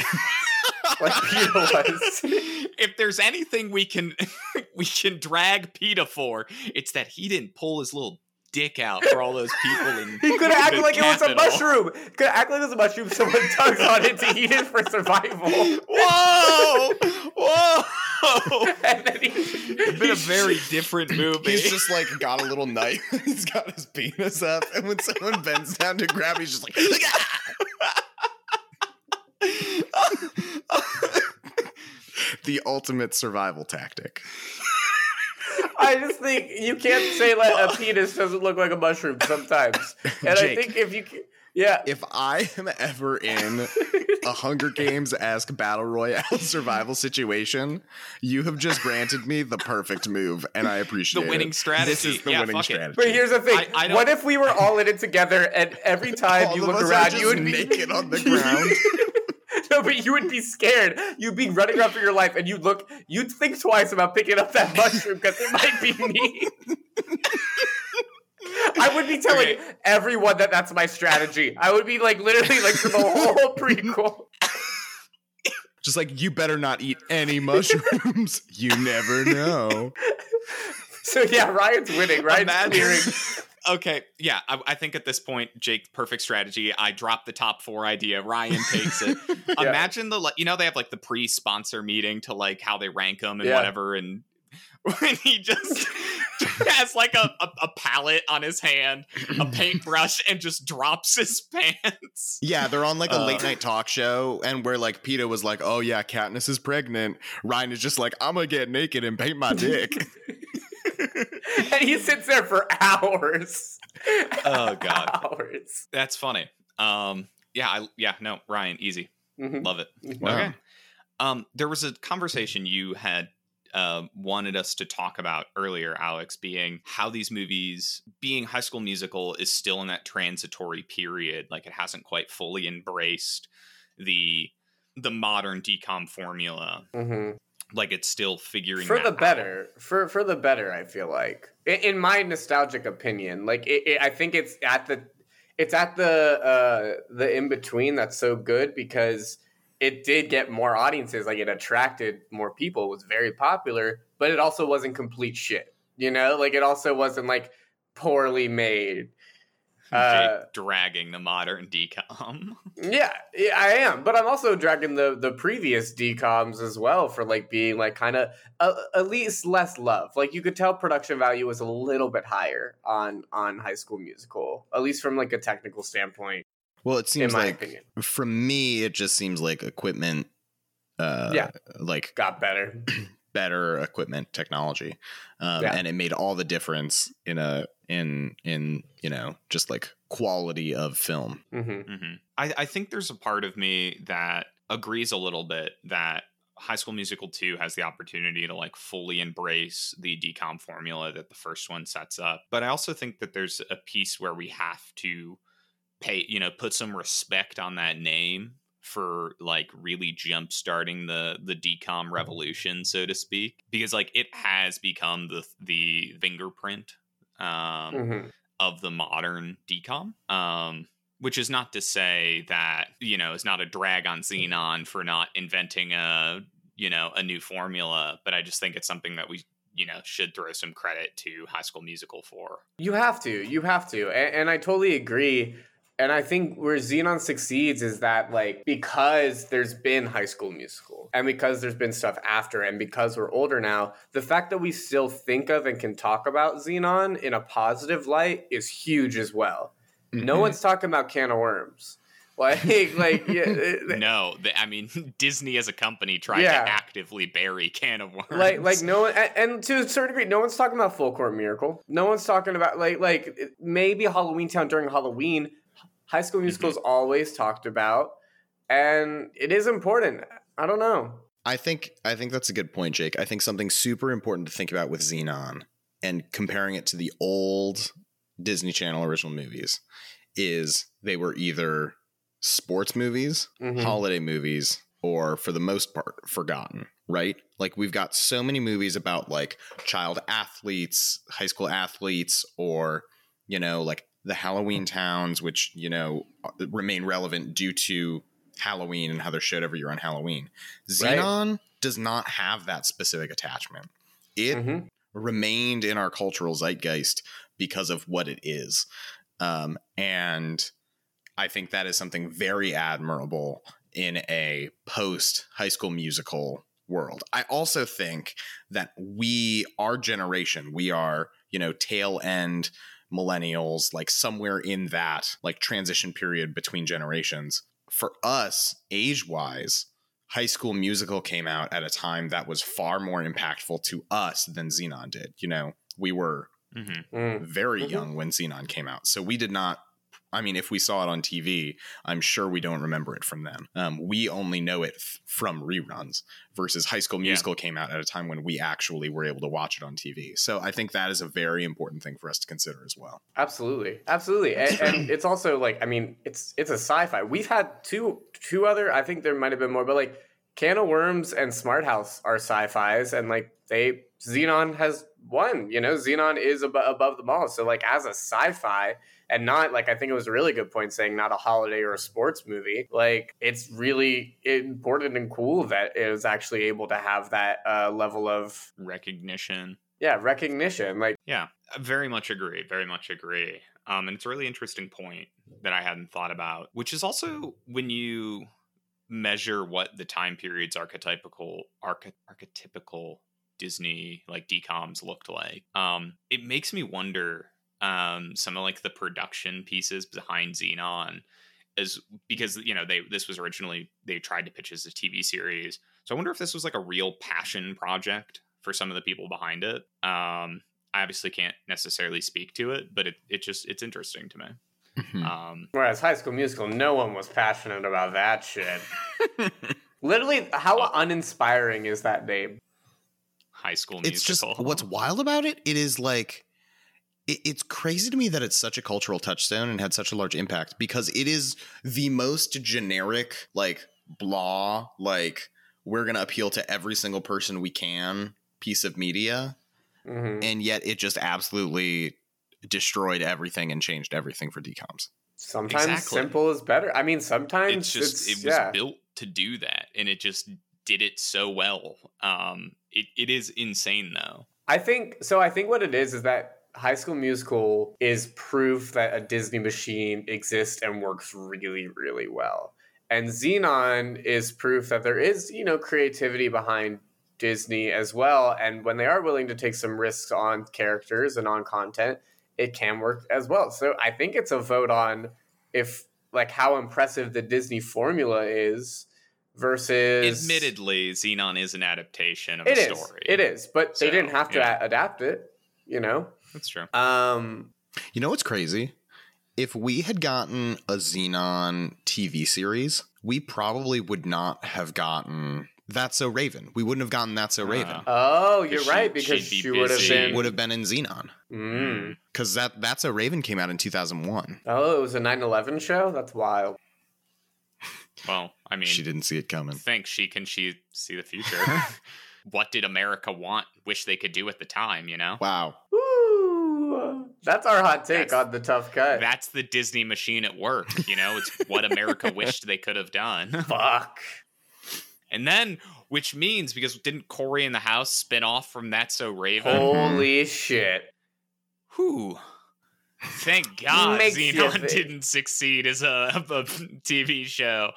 [SPEAKER 3] like Peter was.
[SPEAKER 1] if there's anything we can we can drag PETA for. It's that he didn't pull his little dick out for all those people. In
[SPEAKER 3] He could act
[SPEAKER 1] the
[SPEAKER 3] like it was a
[SPEAKER 1] Capitol.
[SPEAKER 3] mushroom. Could act like it was a mushroom. Someone tugs on it to eat it for survival.
[SPEAKER 1] Whoa! Whoa!
[SPEAKER 3] and then he,
[SPEAKER 1] It's been a very different movie.
[SPEAKER 2] He's just like got a little knife. he's got his penis up, and when someone bends down to grab, it, he's just like, the ultimate survival tactic.
[SPEAKER 3] I just think you can't say that a penis doesn't look like a mushroom sometimes. And
[SPEAKER 2] Jake.
[SPEAKER 3] I think if you, c- yeah,
[SPEAKER 2] If I am ever in a Hunger Games esque battle royale survival situation, you have just granted me the perfect move, and I
[SPEAKER 1] the
[SPEAKER 2] appreciate
[SPEAKER 1] winning
[SPEAKER 2] it.
[SPEAKER 1] strategy.
[SPEAKER 2] This is the
[SPEAKER 1] yeah,
[SPEAKER 2] winning
[SPEAKER 1] fuck it.
[SPEAKER 2] strategy.
[SPEAKER 3] but here's the thing:
[SPEAKER 1] I- I don't-
[SPEAKER 3] what if we were all in it together, and every time
[SPEAKER 2] All
[SPEAKER 3] you
[SPEAKER 2] of
[SPEAKER 3] look
[SPEAKER 2] us are
[SPEAKER 3] around,
[SPEAKER 2] just
[SPEAKER 3] you would be
[SPEAKER 2] naked on the ground.
[SPEAKER 3] no, but you would be scared. You'd be running around for your life, and you'd look, you'd think twice about picking up that mushroom because it might be me. I would be telling
[SPEAKER 1] Okay.
[SPEAKER 3] everyone that that's my strategy. I would be like literally like for the whole prequel.
[SPEAKER 2] Just like you better not eat any mushrooms. you never know.
[SPEAKER 3] So yeah, Ryan's winning. Ryan's
[SPEAKER 1] Imagine-
[SPEAKER 3] clearing.
[SPEAKER 1] Okay, yeah, I, I think at this point, Jake, perfect strategy. I drop the top four idea. Ryan takes it. Imagine the like, you know, they have like the pre-sponsor meeting to like how they rank them and
[SPEAKER 3] Yeah.
[SPEAKER 1] whatever, and when he just has like a, a a palette on his hand, a paintbrush, and just drops his pants.
[SPEAKER 2] Yeah, they're on like a
[SPEAKER 1] Uh,
[SPEAKER 2] late night talk show, and where like Peter was like, "Oh yeah, Katniss is pregnant." Ryan is just like, "I'm gonna get naked and paint my dick."
[SPEAKER 3] and he sits there for hours.
[SPEAKER 1] Oh god,
[SPEAKER 3] Hours.
[SPEAKER 1] that's funny. Um, yeah, I yeah, no, Ryan, easy,
[SPEAKER 3] Mhm.
[SPEAKER 1] love it.
[SPEAKER 2] Wow.
[SPEAKER 1] Okay. Um, there was a conversation you had uh, wanted us to talk about earlier, Alex, being how these movies, being High School Musical, is still in that transitory period. Like it hasn't quite fully embraced the the modern decom formula.
[SPEAKER 3] Mhm.
[SPEAKER 1] Like it's still figuring
[SPEAKER 3] For
[SPEAKER 1] that
[SPEAKER 3] the
[SPEAKER 1] out.
[SPEAKER 3] better, for for the better, I feel like, in, in my nostalgic opinion, like it, it, I think it's at the it's at the uh, the in between that's so good because it did get more audiences, like it attracted more people, it was very popular, but it also wasn't complete shit, you know, like it also wasn't like poorly made. Uh,
[SPEAKER 1] Jake dragging the modern decom.
[SPEAKER 3] Yeah, yeah, I am, but I'm also dragging the the previous decoms as well for like being like kind of uh, at least less love. Like you could tell production value was a little bit higher on on High School Musical, at least from like a technical standpoint.
[SPEAKER 2] Well, it seems
[SPEAKER 3] my
[SPEAKER 2] like
[SPEAKER 3] opinion.
[SPEAKER 2] from me, it just seems like equipment. Uh,
[SPEAKER 3] Yeah.
[SPEAKER 2] like
[SPEAKER 3] Got better.
[SPEAKER 2] better equipment technology um,
[SPEAKER 3] Yeah.
[SPEAKER 2] and it made all the difference in a in in you know just like quality of film
[SPEAKER 3] hmm
[SPEAKER 1] hmm I, I think there's a part of me that agrees a little bit that High School Musical 2 has the opportunity to like fully embrace the decom formula that the first one sets up. But I also think that there's a piece where we have to pay, you know, put some respect on that name for like really jump starting the the decom revolution so to speak because like it has become the the fingerprint um
[SPEAKER 3] hmm
[SPEAKER 1] of the modern decom. Um, which is not to say that you know it's not a drag on Xenon for not inventing a you know a new formula, but I just think it's something that we you know should throw some credit to High School Musical for.
[SPEAKER 3] You have to. You have to. And, and I totally agree. And I think where Xenon succeeds is that, like, because there's been High School Musical and because there's been stuff after, and because we're older now, the fact that we still think of and can talk about Xenon in a positive light is huge as well.
[SPEAKER 2] Mm-hmm.
[SPEAKER 3] No one's talking about Can of Worms. Like, like, yeah, it-
[SPEAKER 1] No, the, I mean Disney as a company tried
[SPEAKER 3] Yeah.
[SPEAKER 1] to actively bury Can of Worms.
[SPEAKER 3] like like no one and, and to a certain degree no one's talking about full court miracle no one's talking about like like maybe halloween town during halloween high school musical is always talked about and it is important i don't know
[SPEAKER 2] i think i think that's a good point jake i think something super important to think about with xenon and comparing it to the old disney channel original movies is they were either sports movies
[SPEAKER 3] Mhm.
[SPEAKER 2] holiday movies or for the most part forgotten right like we've got so many movies about like child athletes high school athletes or you know like the halloween towns which you know uh, remain relevant due to halloween and how they're showed every year on halloween
[SPEAKER 3] Right.
[SPEAKER 2] xenon does not have that specific attachment It
[SPEAKER 3] Mhm.
[SPEAKER 2] remained in our cultural zeitgeist because of what it is. Um, and I think that is something very admirable in a post high school musical world. I also think that we, our generation, we are, you know, tail end millennials, like somewhere in that like transition period between generations. For us, age wise, High School Musical came out at a time that was far more impactful to us than Xenon did. You know, we were
[SPEAKER 1] Mhm.
[SPEAKER 3] Mm.
[SPEAKER 2] very
[SPEAKER 3] Mhm.
[SPEAKER 2] young when Xenon came out. So we did not, I mean, if we saw it on TV, I'm sure we don't remember it from then. Um, we only know it f- from reruns versus High School
[SPEAKER 1] Yeah.
[SPEAKER 2] Musical came out at a time when we actually were able to watch it on TV. So I think that is a very important thing for us to consider as well.
[SPEAKER 3] Absolutely, absolutely, and, and it's also like I mean, it's it's a sci-fi. We've had two two other. I think there might have been more, but like Can of Worms and Smart House are sci-fi's, and like they Xenon has won. You know, Xenon is ab- above them all. So like as a sci-fi, and not like I think it was a really good point saying not a holiday or a sports movie. Like it's really important and cool that it was actually able to have that uh, level of
[SPEAKER 1] recognition.
[SPEAKER 3] yeah recognition. Like
[SPEAKER 1] Yeah, I very much agree. Very much agree. Um, and it's a really interesting point that I hadn't thought about, which is also when you measure what the time periods archetypical arch- archetypical Disney like decoms looked like. Um, it makes me wonder um, some of like the production pieces behind Xenon is because you know they this was originally they tried to pitch as a TV series. So I wonder if this was like a real passion project for some of the people behind it. Um, I obviously can't necessarily speak to it, but it, it just it's interesting to me.
[SPEAKER 2] Hmm.
[SPEAKER 1] Um,
[SPEAKER 3] Whereas High School Musical, no one was passionate about that shit. Literally, how
[SPEAKER 1] Uh,
[SPEAKER 3] uninspiring is that name?
[SPEAKER 1] high school
[SPEAKER 2] it's just
[SPEAKER 1] musical.
[SPEAKER 2] what's wild about it it is like it, it's crazy to me that it's such a cultural touchstone and had such a large impact because it is the most generic like blah like we're gonna appeal to every single person we can piece of media
[SPEAKER 3] Mhm.
[SPEAKER 2] and yet it just absolutely destroyed everything and changed everything for decoms
[SPEAKER 3] Sometimes
[SPEAKER 1] Exactly.
[SPEAKER 3] simple is better. I mean, sometimes
[SPEAKER 1] it's just it was
[SPEAKER 3] yeah.
[SPEAKER 1] built to do that, and it just did it so well. Um, it, it is insane though.
[SPEAKER 3] I think so. I think what it is is that High School Musical is proof that a Disney machine exists and works really, really well. And Xenon is proof that there is, you know, creativity behind Disney as well. And when they are willing to take some risks on characters and on content, it can work as well. So I think it's a vote on if, like, how impressive the Disney formula is versus.
[SPEAKER 1] Admittedly, Xenon is an adaptation of
[SPEAKER 3] It
[SPEAKER 1] a
[SPEAKER 3] is.
[SPEAKER 1] story.
[SPEAKER 3] It is, but they
[SPEAKER 1] So,
[SPEAKER 3] didn't have to
[SPEAKER 1] yeah.
[SPEAKER 3] a- adapt it. You know,
[SPEAKER 1] That's true.
[SPEAKER 3] um,
[SPEAKER 2] you know what's crazy if we had gotten a xenon tv series we probably would not have gotten that's so raven we wouldn't have gotten that so raven
[SPEAKER 1] Ah.
[SPEAKER 3] oh, you're
[SPEAKER 1] Because
[SPEAKER 3] right
[SPEAKER 1] she-
[SPEAKER 3] because
[SPEAKER 1] she'd be
[SPEAKER 3] she would have
[SPEAKER 1] busy.
[SPEAKER 3] been.
[SPEAKER 2] would have been in Xenon
[SPEAKER 1] Hmm.
[SPEAKER 3] Mm.
[SPEAKER 2] because that that's a Raven came out in 2001.
[SPEAKER 3] Oh, it was a 9/11 show. That's wild.
[SPEAKER 1] Well, I mean,
[SPEAKER 2] she didn't see it coming.
[SPEAKER 1] think she can she see the future. what did America want? Wish they could do at the time. You know,
[SPEAKER 2] Wow.
[SPEAKER 3] Ooh, that's our hot take
[SPEAKER 1] That's-
[SPEAKER 3] on the tough cut.
[SPEAKER 1] that's the Disney machine at work. You know, it's what America wished they could have done.
[SPEAKER 3] Fuck.
[SPEAKER 1] And then, which means because didn't Corey in the House spin off from That So Raven?
[SPEAKER 3] Oh. Holy shit.
[SPEAKER 1] Who? Thank God
[SPEAKER 3] Makes you
[SPEAKER 1] Xenon
[SPEAKER 3] think.
[SPEAKER 1] didn't succeed as a, a TV show.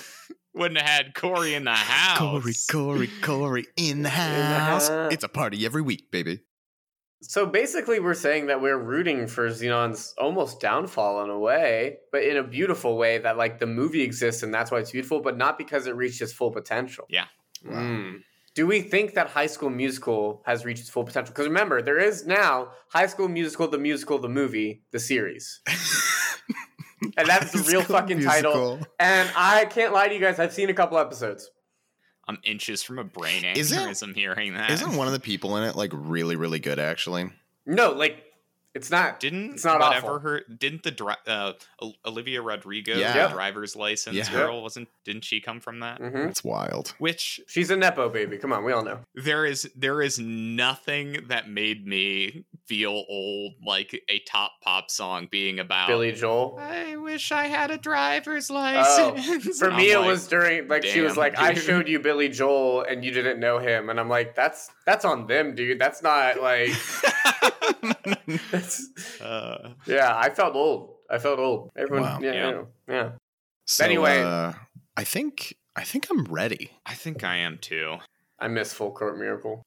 [SPEAKER 1] Wouldn't have had Corey in the House.
[SPEAKER 2] Corey, Corey, Corey in the house.
[SPEAKER 3] house.
[SPEAKER 2] It's a party every week, baby.
[SPEAKER 3] So basically, we're saying that we're rooting for Xenon's almost downfall in a way, but in a beautiful way that like the movie exists and that's why it's beautiful, but not because it reached its full potential.
[SPEAKER 1] Yeah.
[SPEAKER 2] Wow.
[SPEAKER 3] Mm. Do we think that High School Musical has reached its full potential? Because remember, there is now High School Musical, the musical, the movie, the series. and that's the real fucking title. And I can't lie to you guys, I've seen a couple episodes.
[SPEAKER 1] I'm inches from a brain
[SPEAKER 2] Isn't-
[SPEAKER 1] aneurysm hearing that.
[SPEAKER 2] Isn't one of the people in it like really, really good? Actually,
[SPEAKER 3] No, like, it's not.
[SPEAKER 1] Didn't
[SPEAKER 3] It's not
[SPEAKER 1] whatever
[SPEAKER 3] awful.
[SPEAKER 1] her didn't the dri- uh, O- Olivia Rodrigo
[SPEAKER 2] Yeah.
[SPEAKER 3] Yeah.
[SPEAKER 1] the driver's license
[SPEAKER 2] Yeah.
[SPEAKER 1] girl wasn't didn't she come from that?
[SPEAKER 3] Mhm.
[SPEAKER 2] that's wild.
[SPEAKER 1] Which
[SPEAKER 3] She's a Nepo baby. Come on, we all know.
[SPEAKER 1] there is there is nothing that made me feel old like a top pop song being about
[SPEAKER 3] Billy Joel.
[SPEAKER 1] I wish I had a driver's license.
[SPEAKER 3] license." For
[SPEAKER 1] And
[SPEAKER 3] me, it
[SPEAKER 1] I'm like,
[SPEAKER 3] was during like she was
[SPEAKER 1] damn,
[SPEAKER 3] like, "I
[SPEAKER 1] dude."
[SPEAKER 3] showed you Billy Joel and you didn't know him," and I'm like, "That's that's on them, dude. That's not like that's
[SPEAKER 1] uh,
[SPEAKER 3] yeah." I felt old. I felt old. Everyone,
[SPEAKER 2] Wow.
[SPEAKER 3] yeah,
[SPEAKER 1] Yeah.
[SPEAKER 3] yeah, yeah.
[SPEAKER 2] So,
[SPEAKER 3] Anyway.
[SPEAKER 2] uh, I think I think I'm ready.
[SPEAKER 1] I think I am too.
[SPEAKER 3] I miss Full Court Miracle.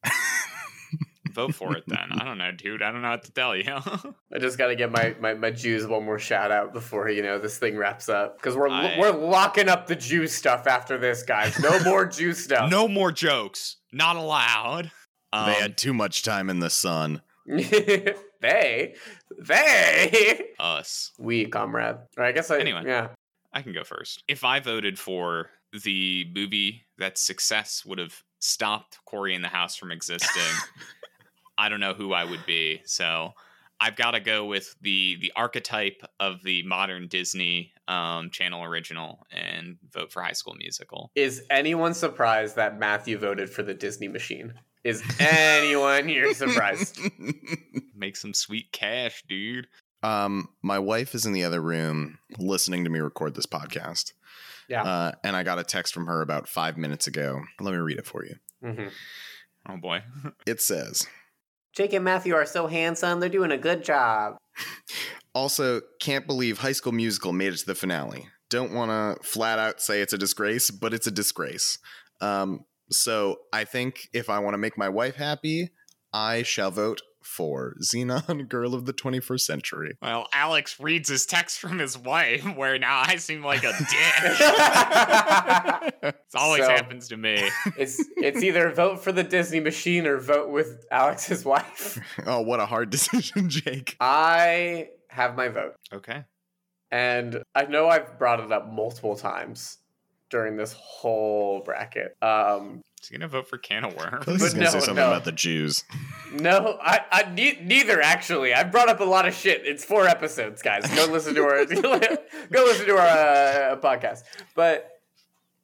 [SPEAKER 1] Vote for it then. I don't know, dude. I don't know what to tell you.
[SPEAKER 3] I just got to give my, my my Jews one more shout out before you know this thing wraps up because we're
[SPEAKER 1] I-
[SPEAKER 3] we're locking up the Jew stuff after this, guys. No more Jew stuff.
[SPEAKER 1] no more jokes. Not allowed. Um,
[SPEAKER 2] they had too much time in the sun.
[SPEAKER 3] they they
[SPEAKER 1] Um, us.
[SPEAKER 3] we comrade. Or I guess I
[SPEAKER 1] Anyway.
[SPEAKER 3] yeah.
[SPEAKER 1] I can go first. If I voted for the movie that success would have stopped Corey in the House from existing, I don't know who I would be. So I've got to go with the the archetype of the modern Disney um, Channel original and vote for High School Musical.
[SPEAKER 3] Is anyone surprised that Matthew voted for the Disney machine? Is anyone here surprised?
[SPEAKER 1] Make some sweet cash, dude.
[SPEAKER 2] um, my wife is in the other room listening to me record this podcast.
[SPEAKER 3] Yeah.
[SPEAKER 2] Uh, and I got a text from her about five minutes ago. Let me read it for you.
[SPEAKER 3] Mhm.
[SPEAKER 1] Oh boy.
[SPEAKER 2] It says,
[SPEAKER 3] Jake and Matthew are so handsome. They're doing a good job.
[SPEAKER 2] Also, can't believe High School Musical made it to the finale. Don't want to flat out say it's a disgrace, but it's a disgrace. Um, so I think if I want to make my wife happy, I shall vote for Xenon Girl of the 21st Century.
[SPEAKER 1] Well, Alex reads his text from his wife, where now I seem like a dick. It always
[SPEAKER 3] So-
[SPEAKER 1] happens to me.
[SPEAKER 3] It's it's either vote for the Disney machine or vote with Alex's wife.
[SPEAKER 2] oh, what a hard decision, Jake.
[SPEAKER 3] I have my vote.
[SPEAKER 1] Okay.
[SPEAKER 3] And I know I've brought it up multiple times during this whole bracket. Um,
[SPEAKER 1] So you're gonna vote for Can of Worms.
[SPEAKER 2] I
[SPEAKER 3] But
[SPEAKER 2] was going to say
[SPEAKER 3] no,
[SPEAKER 2] something
[SPEAKER 3] no.
[SPEAKER 2] about the Jews.
[SPEAKER 3] no, I, I ne- neither actually. I've brought up a lot of shit. It's four episodes, guys. Go listen to our go listen to our uh, podcast. But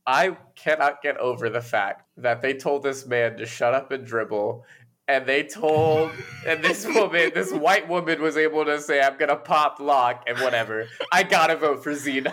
[SPEAKER 3] I cannot get over the fact that they told this man to shut up and dribble. And they told, and this woman, this white woman, was able to say, "I'm gonna pop lock and whatever." I gotta vote for Xenon.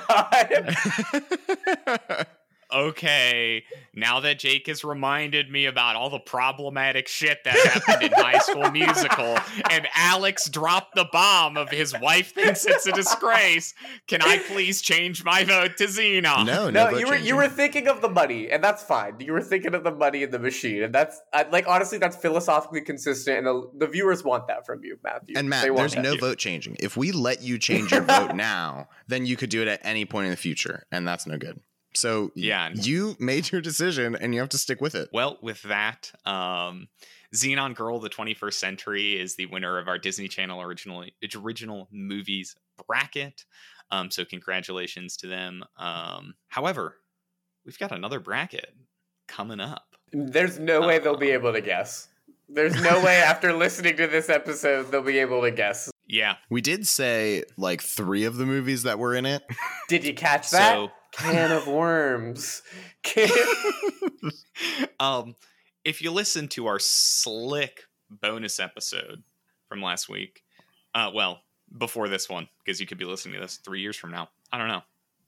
[SPEAKER 1] okay, now that Jake has reminded me about all the problematic shit that happened in High School Musical, and Alex dropped the bomb of his wife thinks it's a disgrace, can I please change my vote to Xena?
[SPEAKER 2] no, no,
[SPEAKER 3] No,
[SPEAKER 2] vote
[SPEAKER 3] you were you
[SPEAKER 2] Oh, changing.
[SPEAKER 3] were thinking of the money, and that's fine. You were thinking of the money in the machine, and that's I, like honestly, that's philosophically consistent, and the, the viewers want that from you, Matthew.
[SPEAKER 2] And Matt,
[SPEAKER 3] They want
[SPEAKER 2] there's
[SPEAKER 3] that.
[SPEAKER 2] no vote changing. If we let you change your vote now, then you could do it at any point in the future, and that's no good. So
[SPEAKER 1] Yeah.
[SPEAKER 2] you made your decision, and you have to stick with it.
[SPEAKER 1] Well, with that, um, Xenon Girl, the 21st Century, is the winner of our Disney Channel original original movies bracket. Um, so congratulations to them. Um, however, we've got another bracket coming up.
[SPEAKER 3] There's no way they'll be able to guess. There's no way after listening to this episode they'll be able to guess.
[SPEAKER 1] Yeah.
[SPEAKER 2] We did say like three of the movies that were in it.
[SPEAKER 3] Did you catch that?
[SPEAKER 1] So,
[SPEAKER 3] Can of worms. Can-
[SPEAKER 1] um, if you listen to our slick bonus episode from last week, uh, well, before this one, because you could be listening to this three years from now. I don't know.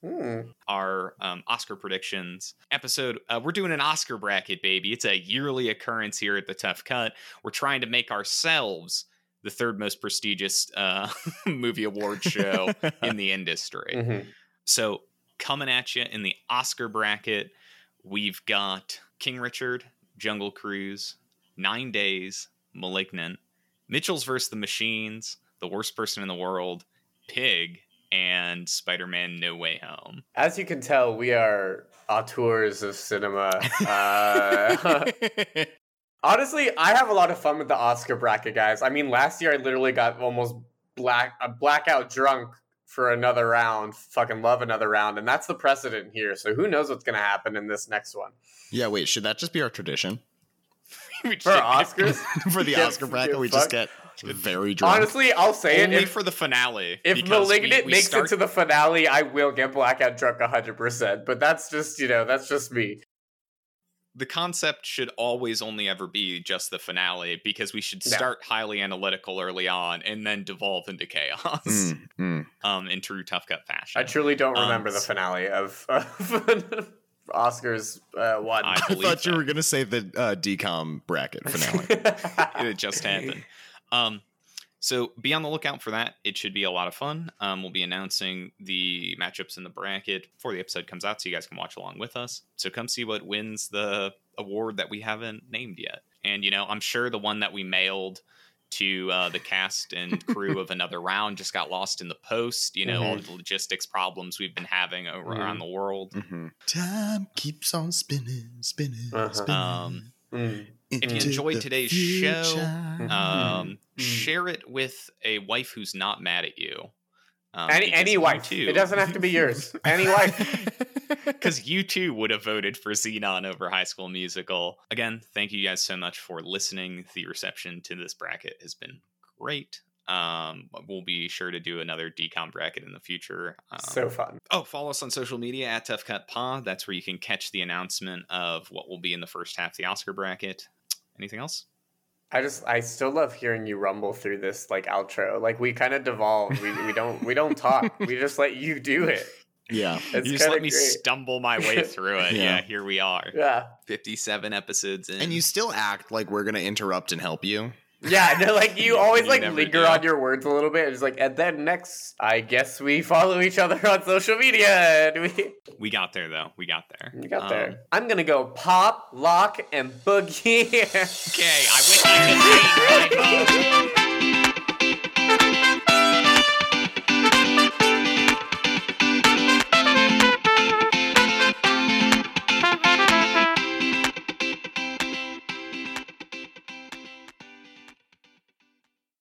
[SPEAKER 3] Hmm.
[SPEAKER 1] our um, Oscar predictions episode. Uh, we're doing an Oscar bracket, baby. It's a yearly occurrence here at the Tough Cut. We're trying to make ourselves the third most prestigious uh, movie award show in the industry.
[SPEAKER 3] Mhm.
[SPEAKER 1] So, coming at you in the Oscar bracket, we've got King Richard, Jungle Cruise, Nine Days, Malignant, Mitchell's vs. the Machines, The Worst Person in the World, Pig, and Spider Man No Way Home.
[SPEAKER 3] As you can tell, we are auteurs of cinema. Uh, Honestly, I have a lot of fun with the Oscar bracket, guys. I mean, last year I literally got almost black a blackout drunk for another round. Fucking love another round, and that's the precedent here. So who knows what's gonna happen in this next one
[SPEAKER 2] yeah, wait, should that just be our tradition
[SPEAKER 1] We
[SPEAKER 3] for
[SPEAKER 1] should-
[SPEAKER 3] Oscars?
[SPEAKER 2] for the
[SPEAKER 3] Yeah,
[SPEAKER 2] Oscar
[SPEAKER 3] yeah,
[SPEAKER 2] bracket? We
[SPEAKER 3] fuck.
[SPEAKER 2] just get very drunk.
[SPEAKER 3] Honestly, I'll say
[SPEAKER 1] Only
[SPEAKER 3] it. If,
[SPEAKER 1] for the finale.
[SPEAKER 3] if
[SPEAKER 1] because we-
[SPEAKER 3] Malignant
[SPEAKER 1] we
[SPEAKER 3] makes
[SPEAKER 1] start-
[SPEAKER 3] it to the finale, I will get blackout drunk hundred percent. But that's just you know that's just me.
[SPEAKER 1] the concept should always only ever be just the finale because we should
[SPEAKER 3] Yeah.
[SPEAKER 1] start highly analytical early on and then devolve into chaos
[SPEAKER 2] Mm, mm.
[SPEAKER 1] um, in true tough cut fashion.
[SPEAKER 3] Hmm. I truly don't
[SPEAKER 1] Um,
[SPEAKER 3] remember the
[SPEAKER 1] s-
[SPEAKER 3] finale of, of Oscars uh, one.
[SPEAKER 1] I
[SPEAKER 2] I
[SPEAKER 1] believe
[SPEAKER 2] thought you
[SPEAKER 1] that.
[SPEAKER 2] were gonna say the uh, decom bracket finale.
[SPEAKER 1] it just happened. Um, so be on the lookout for that. It should be a lot of fun. Um, we'll be announcing the matchups in the bracket before the episode comes out, so you guys can watch along with us. So come see what wins the award that we haven't named yet. And you know, I'm sure the one that we mailed to uh, the cast and crew of another round just got lost in the post. You know, all the logistics problems we've been having over
[SPEAKER 3] Mhm.
[SPEAKER 1] around the world.
[SPEAKER 2] Mhm. Time keeps on spinning, spinning,
[SPEAKER 3] Uh-huh.
[SPEAKER 2] spinning.
[SPEAKER 1] Um,
[SPEAKER 3] Mm.
[SPEAKER 2] if
[SPEAKER 3] you
[SPEAKER 1] enjoyed today's show, Um,
[SPEAKER 3] Mm.
[SPEAKER 1] Share it with a wife who's not mad at you. Um,
[SPEAKER 3] Any
[SPEAKER 1] because
[SPEAKER 3] any
[SPEAKER 1] you
[SPEAKER 3] wife.
[SPEAKER 1] too-
[SPEAKER 3] It doesn't have to be yours. Any wife.
[SPEAKER 1] because you too would have voted for Xenon over High School Musical. Again, thank you guys so much for listening. The reception to this bracket has been great. Um, we'll be sure to do another decom bracket in the future. Um,
[SPEAKER 3] so fun.
[SPEAKER 1] oh, follow us on social media at Tough Cut Pod. That's where you can catch the announcement of what will be in the first half of the Oscar bracket. Anything else?
[SPEAKER 3] I just I still love hearing you rumble through this like outro. Like we kind of devolve. We, we don't we don't talk. We just let you do it.
[SPEAKER 2] yeah,
[SPEAKER 3] It's
[SPEAKER 1] you just let
[SPEAKER 3] kinda
[SPEAKER 1] me
[SPEAKER 3] great.
[SPEAKER 1] stumble my way through it.
[SPEAKER 2] Yeah.
[SPEAKER 1] yeah. here we are.
[SPEAKER 3] Yeah.
[SPEAKER 1] 57 episodes in.
[SPEAKER 2] and you still act like we're gonna interrupt and help you.
[SPEAKER 3] Yeah, they're like you
[SPEAKER 1] You
[SPEAKER 3] always like
[SPEAKER 1] never
[SPEAKER 3] linger
[SPEAKER 1] do.
[SPEAKER 3] on your words a little bit. It's like, and then next, I guess we follow each other on social media. And we,
[SPEAKER 1] We got there, though. We got there.
[SPEAKER 3] we got
[SPEAKER 1] Um,
[SPEAKER 3] there. I'm gonna go pop, lock, and boogie.
[SPEAKER 1] Okay, I wish I could.